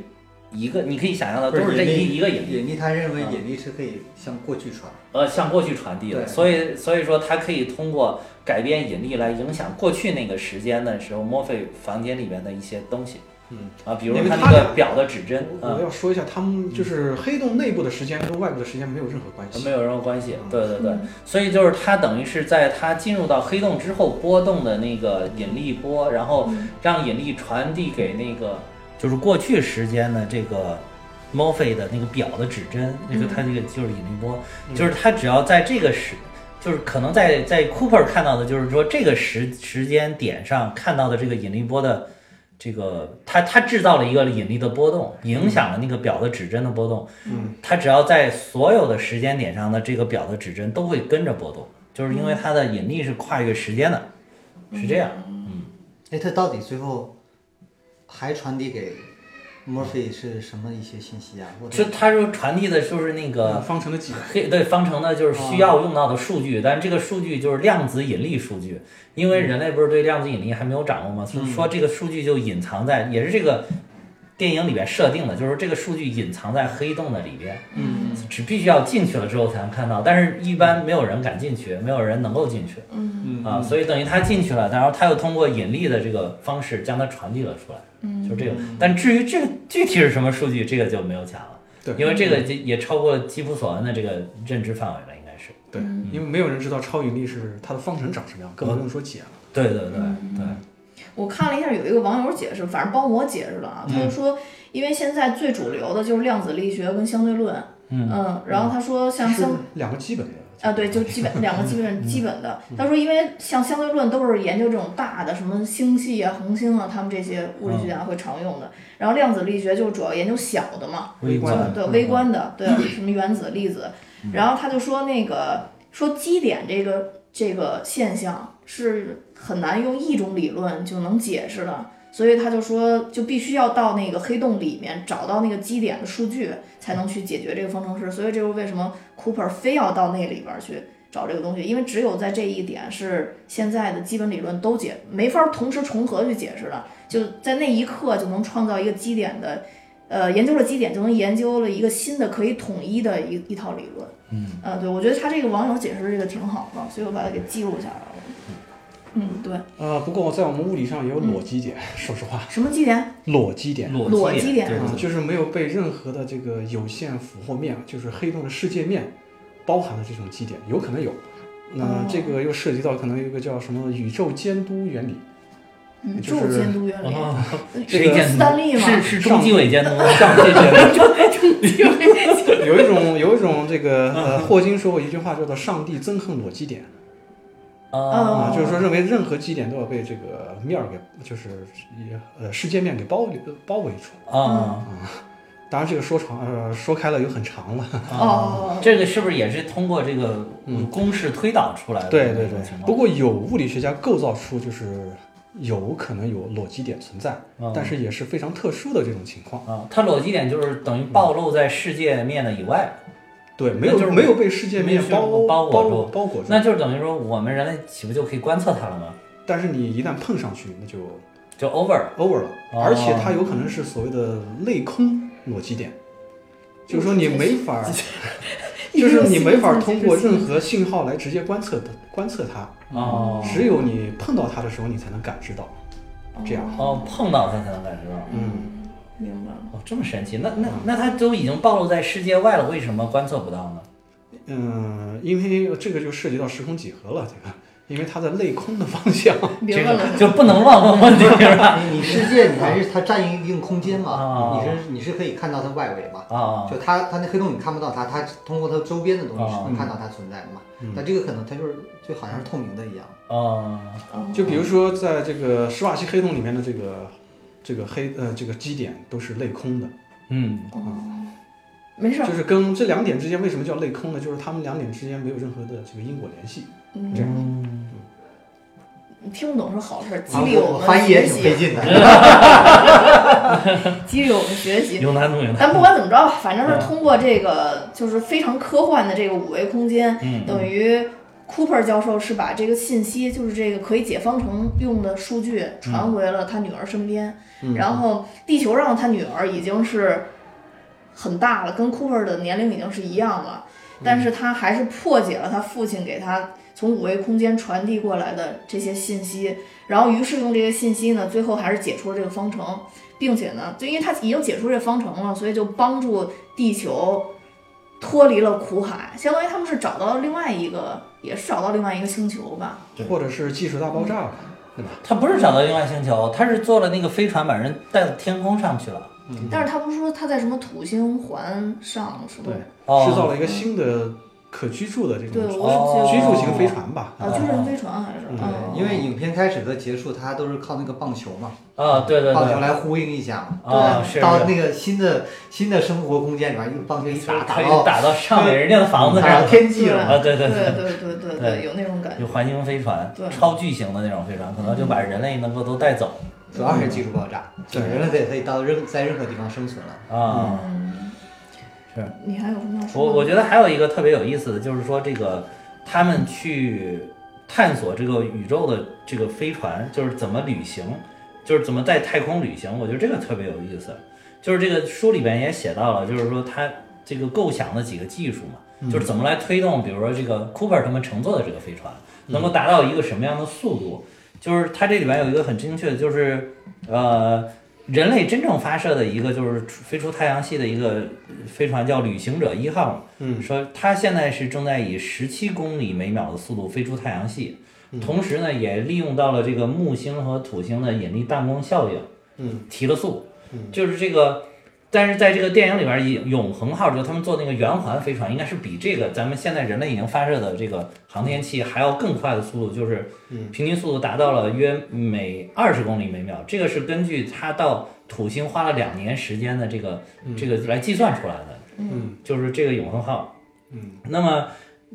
Speaker 2: 一个，你可以想象到
Speaker 3: 不
Speaker 2: 啊都是这
Speaker 3: 引力
Speaker 2: 一一个引力，
Speaker 3: 引力，他认为
Speaker 2: 啊
Speaker 3: 引力是可以向过去传。
Speaker 2: 呃，向过去传递的，
Speaker 3: 对
Speaker 2: 所以所以说它可以通过改变引力来影响过去那个时间的时候，墨菲房间里面的一些东西，
Speaker 4: 嗯
Speaker 2: 啊，比如
Speaker 4: 因为
Speaker 2: 它
Speaker 4: 它
Speaker 2: 那
Speaker 4: 俩
Speaker 2: 个表的指针，
Speaker 4: 我
Speaker 2: 嗯，啊
Speaker 4: 要说一下，他们就是黑洞内部的时间跟外部的时间没有任何关系
Speaker 2: 没。有任何关系，对对对。
Speaker 1: 嗯
Speaker 2: 所以就是它等于是在它进入到黑洞之后波动的那个引力波，然后让引力传递给那个就是过去时间的这个 Morphe 的那个表的指针，那个它这个就是引力波，就是它只要在这个时。就是可能在在 Cooper 看到的，就是说这个时时间点上看到的这个引力波的这个，它它制造了一个引力的波动，影响了那个表的指针的波动。
Speaker 4: 嗯，
Speaker 2: 它只要在所有的时间点上的这个表的指针都会跟着波动，就是因为它的引力是跨越时间的，是这样。
Speaker 3: 哎，他到底最后还传递给 Murphy 是什么一些信息啊？或
Speaker 2: 就
Speaker 3: 者
Speaker 2: 他就传递的就是那个
Speaker 4: 呃方程的解，
Speaker 2: 黑对方程呢，就是需要用到的数据，但是这个数据就是量子引力数据，因为人类不是对量子引力还没有掌握吗？所以说这个数据就隐藏在，也是这个电影里边设定的，就是这个数据隐藏在黑洞的里边，
Speaker 4: 嗯，
Speaker 2: 只必须要进去了之后才能看到，但是一般没有人敢进去，没有人能够进去，嗯啊，所以等于他进去了，然后他又通过引力的这个方式将它传递了出来，嗯，就这个。但至于这个具体是什么数据，这个就没有讲了。
Speaker 4: 对
Speaker 2: 因为这个也也超过了基普索恩的这个认知范围了，应该是。
Speaker 4: 对，
Speaker 1: 嗯
Speaker 4: 因为没有人知道超引力是它的方程长什么样，
Speaker 2: 嗯
Speaker 4: 更不用说解了。
Speaker 2: 对对对对，
Speaker 4: 嗯
Speaker 1: 我看了一下，有一个网友解释，反正帮我解释了啊。他
Speaker 2: 嗯
Speaker 1: 就说，因为现在最主流的就是量子力学跟相对论，嗯，然后他说像
Speaker 4: 是
Speaker 1: 相
Speaker 4: 两个基本的
Speaker 1: 啊，对，就基本两个基本基本的。他说，因为像相对论都是研究这种大的什么星系啊、恒星啊，他们这些物理学家会常用的。然后量子力学就主要研究小的嘛，
Speaker 4: 微观
Speaker 2: 的
Speaker 1: 对微观的，对什么原子、粒子。然后他就说那个说基点这个这个现象是很难用一种理论就能解释的。所以他就说，就必须要到那个黑洞里面找到那个基点的数据，才能去解决这个方程式。所以这就是为什么 Cooper 非要到那里边儿去找这个东西，因为只有在这一点是现在的基本理论都解没法同时重合去解释的，就在那一刻就能创造一个基点的，呃，研究了基点就能研究了一个新的可以统一的一一套理论。嗯，呃，对，我觉得他这个网友解释这个挺好的，所以我把它给记录下来了。嗯，对，
Speaker 4: 呃，不过在我们物理上也有裸基点， 说实话，
Speaker 1: 什么基点？
Speaker 4: 裸基
Speaker 2: 嗯
Speaker 4: 点。
Speaker 1: 裸
Speaker 2: 基
Speaker 1: 基点
Speaker 2: 对对
Speaker 4: 啊，
Speaker 2: 对
Speaker 4: 就是没有被任何的这个有限俘获面，就是黑洞的世界面包含的这种基点，有可能有。那这个又涉及到可能有一个叫什么宇宙监督原理，
Speaker 1: 宇
Speaker 4: 就
Speaker 1: 宙
Speaker 4: 是
Speaker 1: 嗯监督原理。
Speaker 2: 哦
Speaker 1: 这
Speaker 2: 谁监
Speaker 1: 斯坦利
Speaker 2: 督？
Speaker 1: 吗？
Speaker 2: 是啊是中纪委监督吗？
Speaker 4: 像这 些有一种有一种这个呃，霍金说过一句话叫做“上帝憎恨裸基点”
Speaker 2: 啊，
Speaker 4: 啊
Speaker 1: 哦，
Speaker 4: 就是说认为任何基点都要被这个面儿给就是也呃世界面给包围呃包围住。
Speaker 1: 嗯
Speaker 2: 啊
Speaker 4: 当然这个说长呃说开了又很长了，
Speaker 1: 哦
Speaker 2: 啊！这个是不是也是通过这个公式推导出来的？
Speaker 4: 嗯对对对
Speaker 2: 情。
Speaker 4: 不
Speaker 2: 况。
Speaker 4: 过有物理学家构造出就是有可能有裸基点存在，
Speaker 2: 嗯
Speaker 4: 但是也是非常特殊的这种情况。
Speaker 2: 啊，它裸基点就是等于暴露在世界面的以外，
Speaker 4: 对，没
Speaker 2: 那就
Speaker 4: 有
Speaker 2: 是
Speaker 4: 没有被世界面包
Speaker 2: 没有包裹
Speaker 4: 包
Speaker 2: 住
Speaker 4: 包裹住。
Speaker 2: 那就是等于说我们人类岂不就可以观测它了吗？
Speaker 4: 但是你一旦碰上去，那就
Speaker 2: 就 over
Speaker 4: over 了，
Speaker 2: 哦
Speaker 4: 而且它有可能是所谓的类空裸基点，就是说你没法 儿，就是你没法儿通过任何信号来直接观测它，观测它，
Speaker 2: 哦
Speaker 4: 只有你碰到它的时候，你才能感知到。这样，
Speaker 2: 哦，碰到它才能感知到。
Speaker 4: 嗯，
Speaker 1: 明白了。
Speaker 2: 哦，这么神奇？那那那它都已经暴露在世界外了，为什么观测不到呢？
Speaker 4: 嗯，因为这个就涉及到时空几何了，这个，因为它在类空的方向，
Speaker 1: 别
Speaker 2: 这
Speaker 1: 问
Speaker 2: 个
Speaker 1: 了，
Speaker 2: 就不能乱问问题是吧？
Speaker 3: 你你世界你还是它占一定空间嘛？
Speaker 2: 啊
Speaker 3: 你是你是可以看到它外围嘛？
Speaker 2: 啊，
Speaker 3: 就它它那黑洞你看不到它，它通过它周边的东西是
Speaker 2: 啊嗯
Speaker 3: 能看到它存在的嘛？但这个可能它就是就好像是透明的一样。
Speaker 2: 哦，
Speaker 1: 嗯
Speaker 4: 就比如说在这个施瓦西黑洞里面的这个这个黑呃这个基点都是类空的，
Speaker 2: 嗯，
Speaker 1: 没事儿，
Speaker 4: 就是跟这两点之间为什么叫类空呢？就是它们两点之间没有任何的这个因果联系。
Speaker 1: 嗯
Speaker 4: 这样，
Speaker 1: 你听不懂是好事，激
Speaker 3: 啊
Speaker 1: 励
Speaker 3: 我我
Speaker 1: 们
Speaker 3: 翻译也
Speaker 1: 学
Speaker 3: 挺费
Speaker 1: 习，
Speaker 3: 劲的。
Speaker 2: 啊
Speaker 1: 激励我们学习。
Speaker 2: 有难度有难度。
Speaker 1: 但不管怎么着，反正是通过这个就是非常科幻的这个五维空间，
Speaker 2: 嗯
Speaker 1: 等于 Cooper 教授是把这个信息，就是这个可以解方程用的数据传回了他女儿身边，
Speaker 2: 嗯
Speaker 1: 然后地球上他女儿已经是很大了，跟 Cooper 的年龄已经是一样了，但
Speaker 2: 嗯
Speaker 1: 是他还是破解了他父亲给他从五维空间传递过来的这些信息，然后于是用这些信息呢，最后还是解出了这个方程，并且呢，就因为他已经解出这方程了，所以就帮助地球脱离了苦海，相当于他们是找到了另外一个，也是找到另外一个星球吧。
Speaker 2: 对
Speaker 4: 或者是技术大爆炸吧，对吧？
Speaker 2: 他不是找到另外星球，他是坐了那个飞船把人带到天空上去了。
Speaker 1: 但是他不是说他在什么土星环上是吗？啊
Speaker 2: 哦
Speaker 4: 制造了一个新的可居住的这
Speaker 1: 对，
Speaker 4: 种
Speaker 1: 我
Speaker 2: 哦
Speaker 1: 也
Speaker 4: 居
Speaker 1: 觉得
Speaker 4: 住型飞船吧。
Speaker 1: 啊，巨人飞船还是
Speaker 4: 嗯
Speaker 1: 嗯，
Speaker 3: 因为影片开始和结束，它都是靠那个棒球嘛，
Speaker 2: 啊，对对
Speaker 3: 棒球
Speaker 2: 对，
Speaker 3: 来呼应一下嘛。
Speaker 2: 啊是
Speaker 3: 到
Speaker 2: 是
Speaker 3: 那个新的新的生活空间里边，一个棒球一打
Speaker 2: 可
Speaker 3: 打
Speaker 2: 以
Speaker 3: 到
Speaker 2: 打到上面人家的房子
Speaker 3: 打
Speaker 2: 上
Speaker 3: 到天际了。
Speaker 2: 啊，对对
Speaker 1: 对
Speaker 2: 对，
Speaker 1: 对对对
Speaker 2: 对
Speaker 1: 对，有那种感觉。
Speaker 2: 有环形飞船
Speaker 1: 对，
Speaker 2: 超巨型的那种飞船，可能就把人类能够都带走。
Speaker 3: 主要还是技术爆炸，就是人类可以可以到任在任何地方生存了。
Speaker 2: 啊。
Speaker 1: 你还有什么要说
Speaker 2: 我
Speaker 1: 吗？
Speaker 2: 我觉得还有一个特别有意思的，就是说这个他们去探索这个宇宙的这个飞船，就是怎么旅行，就是怎么在太空旅行。我觉得这个特别有意思，就是这个书里边也写到了，就是说他这个构想的几个技术嘛，就是怎么来推动，比如说这个 Cooper 他们乘坐的这个飞船能够达到一个什么样的速度。就是它这里边有一个很精确的，就是呃，人类真正发射的一个就是飞出太阳系的一个飞船叫旅行者一号，嗯，说它现在是正在以十七公里每秒的速度飞出太阳系，同时呢也利用到了这个木星和土星的引力弹弓效应，嗯，提了速，就是这个。但是在这个电影里边，永永恒号就是他们做那个圆环飞船，应该是比这个咱们现在人类已经发射的这个航天器还要更快的速度，就是平均速度达到了约每二十公里每秒。这个是根据它到土星花了两年时间的这个这个来计算出来的。嗯，就是这个永恒号。嗯，那么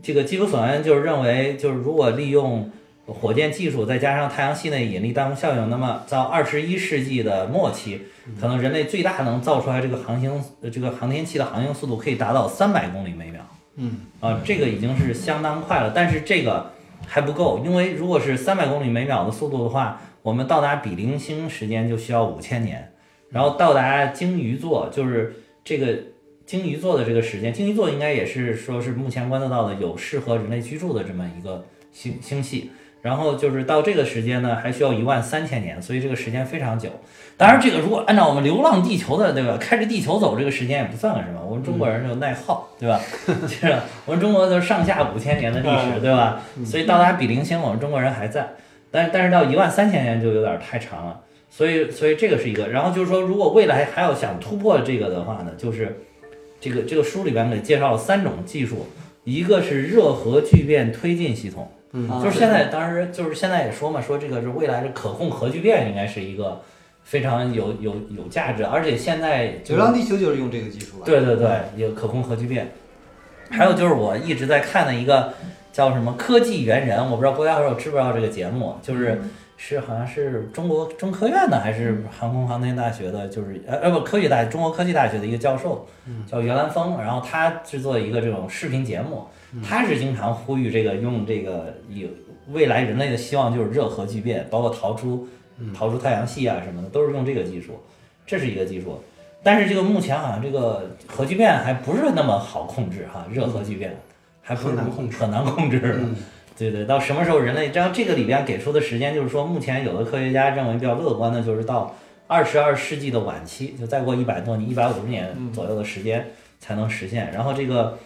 Speaker 2: 这个基普索恩就是认为，就是如果利用火箭技术，再加上太阳系内引力弹弓效应，那么到二十一世纪的末期，可能人类最大能造出来这个航行呃这个航天器的航行速度可以达到三百公里每秒。嗯，啊，这个已经是相当快了，但是这个还不够，因为如果是三百公里每秒的速度的话，我们到达比邻星时间就需要五千年，然后到达鲸鱼座就是这个鲸鱼座的这个时间，鲸鱼座应该也是说是目前观测到的有适合人类居住的这么一个星星系。然后就是到这个时间呢，还需要一万三千年，所以这个时间非常久。当然，这个如果按照我们流浪地球的对吧，开着地球走，这个时间也不算个什么。我们中国人就耐耗，对吧？ 就是我们中国就是上下五千年的历史，对吧？所以到达比邻星，我们中国人还在，但但是到一万三千年就有点太长了。所以所以这个是一个。然后就是说，如果未来还要想突破这个的话呢，就是这个这个书里边给介绍了三种技术，一个是热核聚变推进系统。
Speaker 4: 嗯
Speaker 3: 啊
Speaker 2: 就是现在，当时就是现在也说嘛，说这个是未来的可控核聚变，应该是一个非常有有有价值，而且现在就
Speaker 3: 流
Speaker 2: 是
Speaker 3: 浪地球就是用这个技术吧？
Speaker 2: 对对对，有可控核聚变。还有就是我一直在看的一个叫什么《科技猿人》，我不知道郭家伙知不知道这个节目，就是是好像是中国中科院的还是航空航天大学的，就是呃呃不科技大中国科技大学的一个教授，叫袁兰峰，然后他制作一个这种视频节目，他是经常呼吁这个用这个有未来人类的希望就是热核聚变，包括逃出逃出太阳系啊什么的，都是用这个技术，这是一个技术。但是这个目前好像这个核聚变还不是那么好控制哈，热核聚变还不是
Speaker 4: 嗯很难控制，嗯
Speaker 2: 很难控制。对对，到什么时候人类？这样这个里边给出的时间就是说，目前有的科学家认为比较乐观的，就是到二十二世纪的晚期，就再过一百多年、一百五十年
Speaker 4: 嗯
Speaker 2: 左右的时间才能实现。然后这个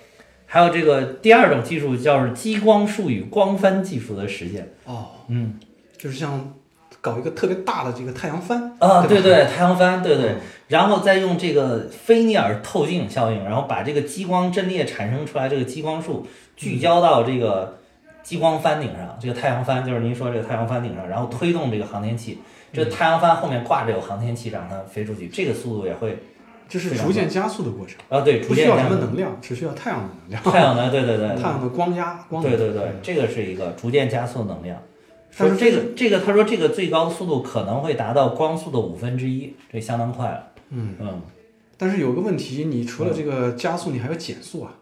Speaker 2: 还有这个第二种技术叫是激光束与光帆技术的实现。
Speaker 4: 哦，
Speaker 2: 嗯，
Speaker 4: 就是像搞一个特别大的这个太阳帆
Speaker 2: 啊，对
Speaker 4: 对吧
Speaker 2: 对，太阳帆，对对，然后再用这个菲涅尔透镜效应，然后把这个激光阵列产生出来这个激光束聚焦到这个激光帆顶上，这个太阳帆就是您说这个太阳帆顶上，然后推动这个航天器，这太阳帆后面挂着有航天器让它飞出去，这个速度也会
Speaker 4: 这是
Speaker 2: 非常
Speaker 4: 逐渐加速的过程，
Speaker 2: 啊，对，逐
Speaker 4: 不需
Speaker 2: 渐
Speaker 4: 要
Speaker 2: 加
Speaker 4: 什么
Speaker 2: 速
Speaker 4: 能量，只需要太阳的能量，
Speaker 2: 太阳能，对对对，
Speaker 4: 太阳的光压光
Speaker 2: 对
Speaker 4: 能。
Speaker 2: 对对，这个是一个逐渐加速能量。说
Speaker 4: 但是
Speaker 2: 这个这个，他说这个最高速度可能会达到光速的五分之一，这相当快了。嗯嗯。
Speaker 4: 但是有个问题，你除了这个加速，你还有减速啊。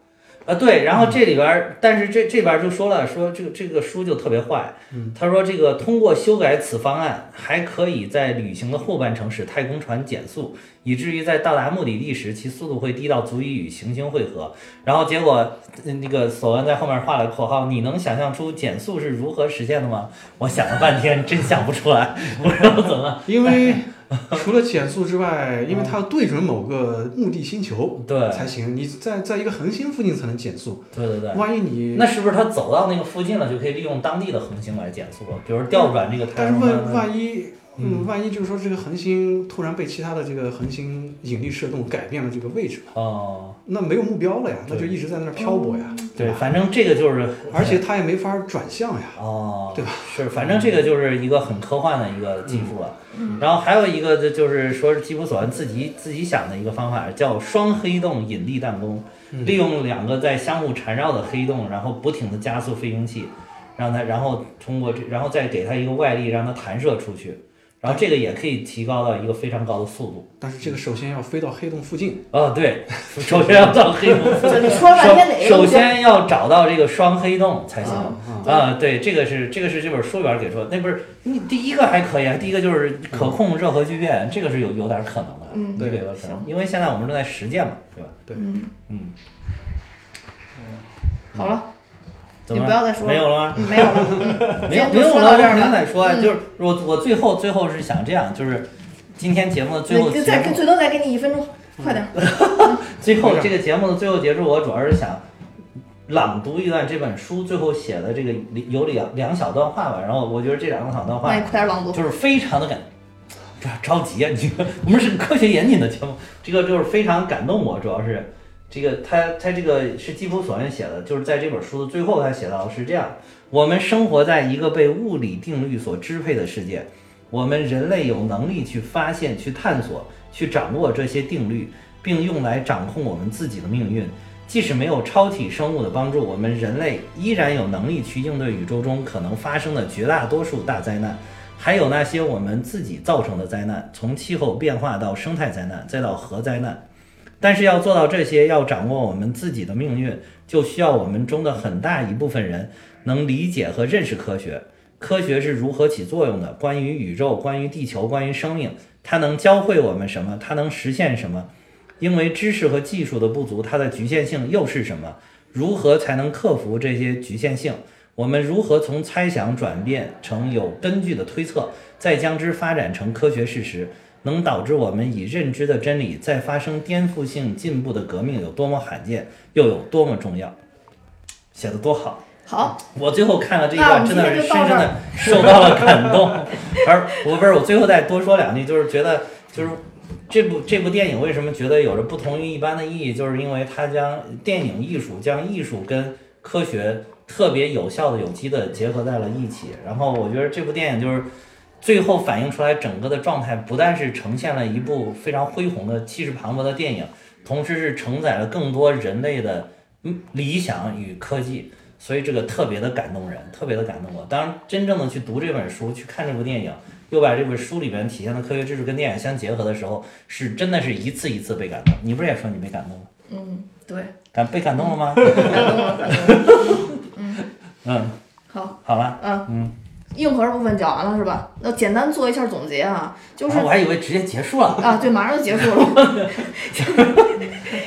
Speaker 2: 啊，对，然后
Speaker 4: 嗯
Speaker 2: 这里边儿，但是这这边儿就说了，说这个这个书就特别坏，
Speaker 4: 嗯
Speaker 2: 他说这个通过修改此方案，还可以在旅行的后半程使太空船减速，以至于在到达目的地时，其速度会低到足以与行星汇合。然后结果呃那个索恩在后面画了口号，你能想象出减速是如何实现的吗？我想了半天，真想不出来，我说怎么？
Speaker 4: 因为除了减速之外，因为它要对准某个目的星球
Speaker 2: 对
Speaker 4: 才行，你在在一个恒星附近才能减速。
Speaker 2: 对对对。
Speaker 4: 万一你
Speaker 2: 那是不是他走到那个附近了，就可以利用当地的恒星来减速了？比如调转这个太
Speaker 4: 但是
Speaker 2: 空船
Speaker 4: 万万一，嗯，万一就是说这个恒星突然被其他的这个恒星引力射动改变了这个位置，
Speaker 2: 哦，
Speaker 4: 那没有目标了呀，那就一直在那儿漂泊呀，
Speaker 2: 对，
Speaker 4: 吧？
Speaker 2: 反正这个就是，
Speaker 4: 而且它也没法转向呀。
Speaker 2: 哦，
Speaker 4: 对吧？
Speaker 2: 是，反正这个就是一个很科幻的一个技术了。
Speaker 4: 嗯
Speaker 2: 然后还有一个就是说，基普索恩自己自己想的一个方法叫双黑洞引力弹弓，
Speaker 4: 嗯
Speaker 2: 利用两个在相互缠绕的黑洞，然后不停的加速飞行器，让它，然后通过这，然后再给它一个外力，让它弹射出去。然后这个也可以提高到一个非常高的速度。
Speaker 4: 但是这个首先要飞到黑洞附近，
Speaker 2: 啊、 对，首先要到黑洞，
Speaker 1: 就你 说了半天哪个
Speaker 2: 首
Speaker 1: 东西？
Speaker 2: 先要找到这个双黑洞才行。
Speaker 1: 嗯
Speaker 2: 啊，对，这个是这个是这本书里边给出的，那不是你第一个还可以啊，第一个就是可控热核聚变，这个是有有点可能的，
Speaker 1: 嗯
Speaker 2: 这个有点可能，因为现在我们正在实践嘛，对吧？
Speaker 1: 嗯，
Speaker 2: 嗯，
Speaker 1: 好了，
Speaker 2: 怎么
Speaker 1: 你不要再说了
Speaker 2: 没有了吗？
Speaker 1: 嗯没有了，嗯
Speaker 2: 没有
Speaker 1: 今天
Speaker 2: 没
Speaker 1: 就
Speaker 2: 有
Speaker 1: 说
Speaker 2: 了，
Speaker 1: 到
Speaker 2: 我
Speaker 1: 这儿
Speaker 2: 肯定
Speaker 1: 吧。嗯
Speaker 2: 得说啊，就是我我最后最后是想这样，就是今天节目嗯的 最后
Speaker 1: 对，就
Speaker 2: 结
Speaker 1: 再
Speaker 2: 束
Speaker 1: 给，最多再给你一分钟，快点儿。
Speaker 2: 最后这个节目的最后结束，我主要是想朗读一段这本书最后写的这个里有两两小段话吧，然后我觉得这两个小段话
Speaker 1: 那你快点儿朗读。
Speaker 2: 就是非常的感，这着急啊！你这个我们是科学严谨的节目，这个就是非常感动我，主要是这个他他这个是基普索恩写的，就是在这本书的最后他写到是这样：我们生活在一个被物理定律所支配的世界，我们人类有能力去发现、去探索、去掌握这些定律，并用来掌控我们自己的命运。即使没有超体生物的帮助，我们人类依然有能力去应对宇宙中可能发生的绝大多数大灾难。还有那些我们自己造成的灾难，从气候变化到生态灾难，再到核灾难。但是要做到这些，要掌握我们自己的命运，就需要我们中的很大一部分人能理解和认识科学，科学是如何起作用的，关于宇宙，关于地球，关于生命，它能教会我们什么？它能实现什么？因为知识和技术的不足，它的局限性又是什么？如何才能克服这些局限性？我们如何从猜想转变成有根据的推测，再将之发展成科学事实，能导致我们以认知的真理再发生颠覆性进步的革命有多么罕见，又有多么重要？写得多好！啊
Speaker 1: 好，
Speaker 2: 我最后看了这一
Speaker 1: 那我
Speaker 2: 段，
Speaker 1: 们
Speaker 2: 真的是
Speaker 1: 今天就到
Speaker 2: 深深
Speaker 1: 这
Speaker 2: 的受到了感动。 而我不是我最后再多说两句，就是觉得就是这部这部电影为什么觉得有着不同于一般的意义，就是因为它将电影艺术将艺术跟科学特别有效的、有机的结合在了一起。然后我觉得这部电影就是最后反映出来整个的状态，不但是呈现了一部非常恢宏的、气势磅礴的电影，同时是承载了更多人类的嗯理想与科技。所以这个特别的感动人，特别的感动我。当然，真正的去读这本书，去看这部电影，又把这本书里面体现的科学知识跟电影相结合的时候，是真的是一次一次被感动。你不是也说你被感动了？
Speaker 1: 嗯， 对，
Speaker 2: 感被感动 了吗？
Speaker 1: 感动了，感动了。
Speaker 2: 嗯，
Speaker 1: 好，
Speaker 2: 好了，
Speaker 1: 嗯
Speaker 2: 嗯，
Speaker 1: 硬核部分讲完了是吧？那简单做一下总结啊，就是
Speaker 2: 啊我还以为直接结束了，
Speaker 1: 啊，对，马上就结束了。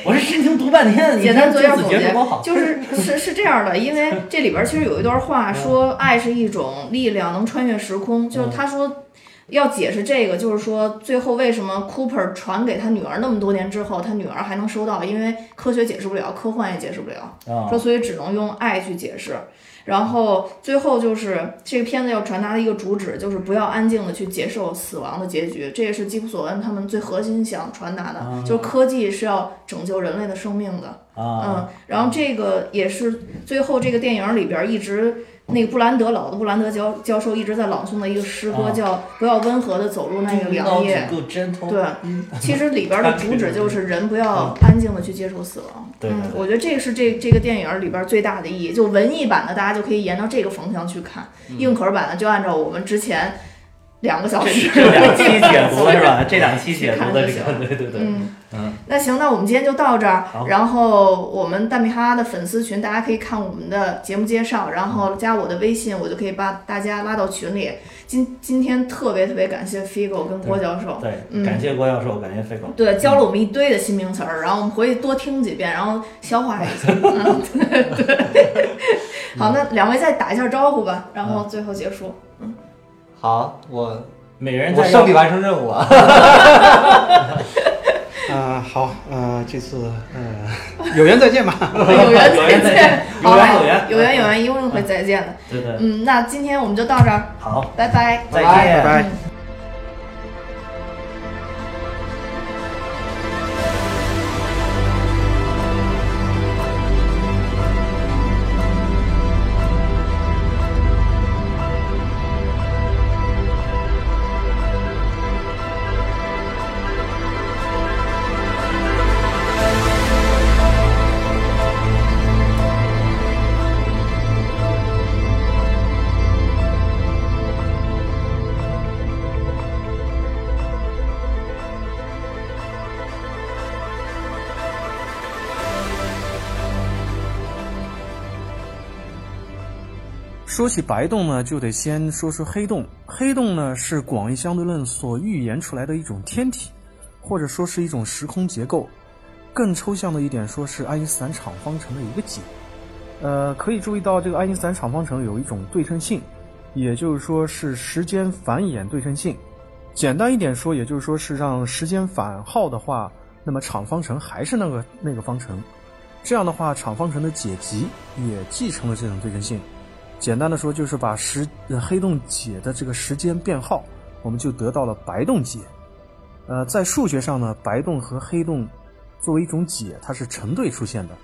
Speaker 2: 我是深情读半 天，你
Speaker 1: 简单
Speaker 2: 看
Speaker 1: 做
Speaker 2: 这
Speaker 1: 一下
Speaker 2: 次
Speaker 1: 总
Speaker 2: 结束
Speaker 1: 结
Speaker 2: 多，好。
Speaker 1: 就是 是是这样的，因为这里边儿其实有一段话
Speaker 2: 嗯
Speaker 1: 说，爱是一种力量，能穿越时空。就是他说要解释这个，就是说最后为什么 Cooper 传给他女儿那么多年之后，他女儿还能收到，因为科学解释不了，科幻也解释不了。
Speaker 2: 啊
Speaker 1: 说所以只能用爱去解释。然后最后就是这个片子要传达的一个主旨，就是不要安静的去接受死亡的结局，这也是基普索恩他们最核心想传达的，就是科技是要拯救人类的生命的。
Speaker 2: 啊
Speaker 1: 嗯，然后这个也是最后这个电影里边一直那个布兰德老的布兰德教教授一直在朗诵的一个诗歌
Speaker 2: 啊嗯
Speaker 1: 叫“不要温和的走入那个良夜”。
Speaker 2: 够真通。
Speaker 1: 对，其实里边的主旨就是人不要安静的去接受死亡。
Speaker 2: 对对
Speaker 1: 嗯
Speaker 2: 对，
Speaker 1: 我觉得这是这这个电影里边最大的意义。就文艺版的，大家就可以沿着这个方向去看；硬核版的，就按照我们之前两个小时。
Speaker 2: 这两期解 读了是吧？这两期解读的这
Speaker 1: 去
Speaker 2: 个
Speaker 1: 看，
Speaker 2: 对对对，
Speaker 1: 嗯
Speaker 2: 嗯，
Speaker 1: 那行，那我们今天就到这儿
Speaker 2: 好。
Speaker 1: 然后我们大米哈哈的粉丝群，大家可以看我们的节目介绍，然后加我的微信，我就可以把大家拉到群里。今今天特别特别感谢 Figo 跟郭教授，
Speaker 2: 对，
Speaker 1: 嗯
Speaker 2: 感谢郭教授，感谢飞狗。
Speaker 1: 对，教了我们一堆的新名词儿，然后我们回去多听几遍，然后消化一下。嗯，对对。 好，那两位再打一下招呼吧，然
Speaker 2: 嗯
Speaker 1: 后最后结束。
Speaker 3: 好，我
Speaker 2: 每人
Speaker 3: 我
Speaker 2: 再
Speaker 3: 胜利完成任务啊！
Speaker 4: 啊、好，啊、这次呃，有缘再见吧。
Speaker 1: 有缘
Speaker 2: 有
Speaker 1: 再
Speaker 2: 缘再
Speaker 1: 见
Speaker 2: 见，
Speaker 1: 好吧
Speaker 2: 有缘嗯
Speaker 1: 有
Speaker 2: 有缘
Speaker 1: 缘有缘，一定会再见的。
Speaker 2: 对对，
Speaker 1: 嗯，那今天我们就到这儿，
Speaker 2: 好，
Speaker 1: 拜拜。
Speaker 2: 再
Speaker 3: 拜
Speaker 2: 见。
Speaker 4: 拜
Speaker 1: 嗯
Speaker 4: 说起白洞呢，就得先说说黑洞。黑洞呢是广义相对论所预言出来的一种天体，或者说是一种时空结构。更抽象的一点说是爱因斯坦场方程的一个解。呃，可以注意到这个爱因斯坦场方程有一种对称性，也就是说是时间繁衍对称性。简单一点说，也就是说是让时间反号的话，那么场方程还是那个那个方程。这样的话，场方程的解集也继承了这种对称性。简单的说，就是把时呃黑洞解的这个时间变号，我们就得到了白洞解。呃，在数学上呢，白洞和黑洞作为一种解，它是成对出现的。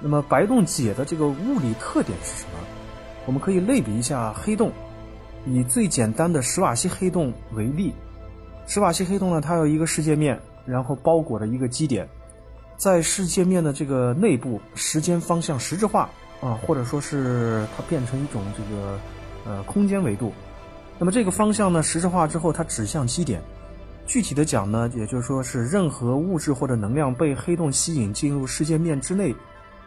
Speaker 4: 那么白洞解的这个物理特点是什么？我们可以类比一下黑洞，以最简单的史瓦西黑洞为例。史瓦西黑洞呢，它有一个世界面，然后包裹着一个基点，在世界面的这个内部，时间方向实质化啊，或者说是它变成一种这个呃空间维度。那么这个方向呢，实质化之后，它指向基点。具体的讲呢，也就是说是任何物质或者能量被黑洞吸引进入世界面之内，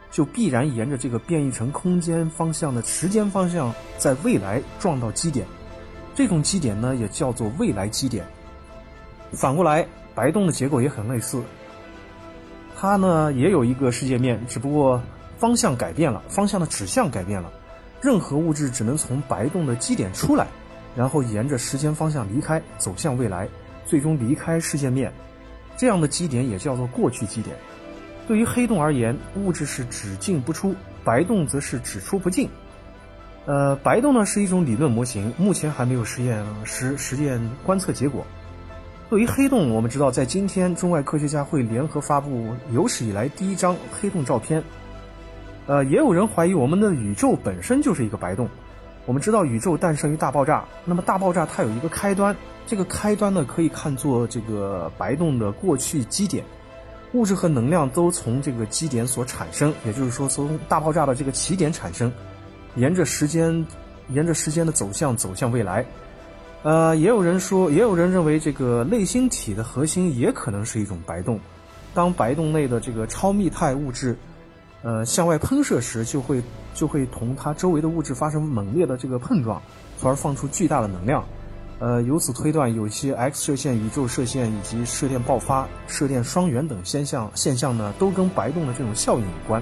Speaker 4: 就必然沿着这个变异成空间方向的时间方向，在未来撞到基点。这种基点呢，也叫做未来基点。反过来，白洞的结构也很类似，它呢也有一个世界面，只不过方向改变了，方向的指向改变了。任何物质只能从白洞的基点出来，然后沿着时间方向离开，走向未来，最终离开世界面。这样的基点也叫做过去基点。对于黑洞而言，物质是只进不出，白洞则是只出不进。呃，白洞呢是一种理论模型，目前还没有实验实实验观测结果。对于黑洞，我们知道，在今天，中外科学家会联合发布有史以来第一张黑洞照片。呃，也有人怀疑我们的宇宙本身就是一个白洞。我们知道宇宙诞生于大爆炸，那么大爆炸它有一个开端，这个开端呢可以看作这个白洞的过去基点，物质和能量都从这个基点所产生，也就是说从大爆炸的这个起点产生，沿着时间，沿着时间的走向走向未来。呃，也有人说，也有人认为这个类星体的核心也可能是一种白洞。当白洞内的这个超密态物质，呃，向外喷射时，就会就会同它周围的物质发生猛烈的这个碰撞，从而放出巨大的能量。呃，由此推断，有一些 X 射线、宇宙射线以及射电爆发、射电双元等现象现象呢，都跟白洞的这种效应有关。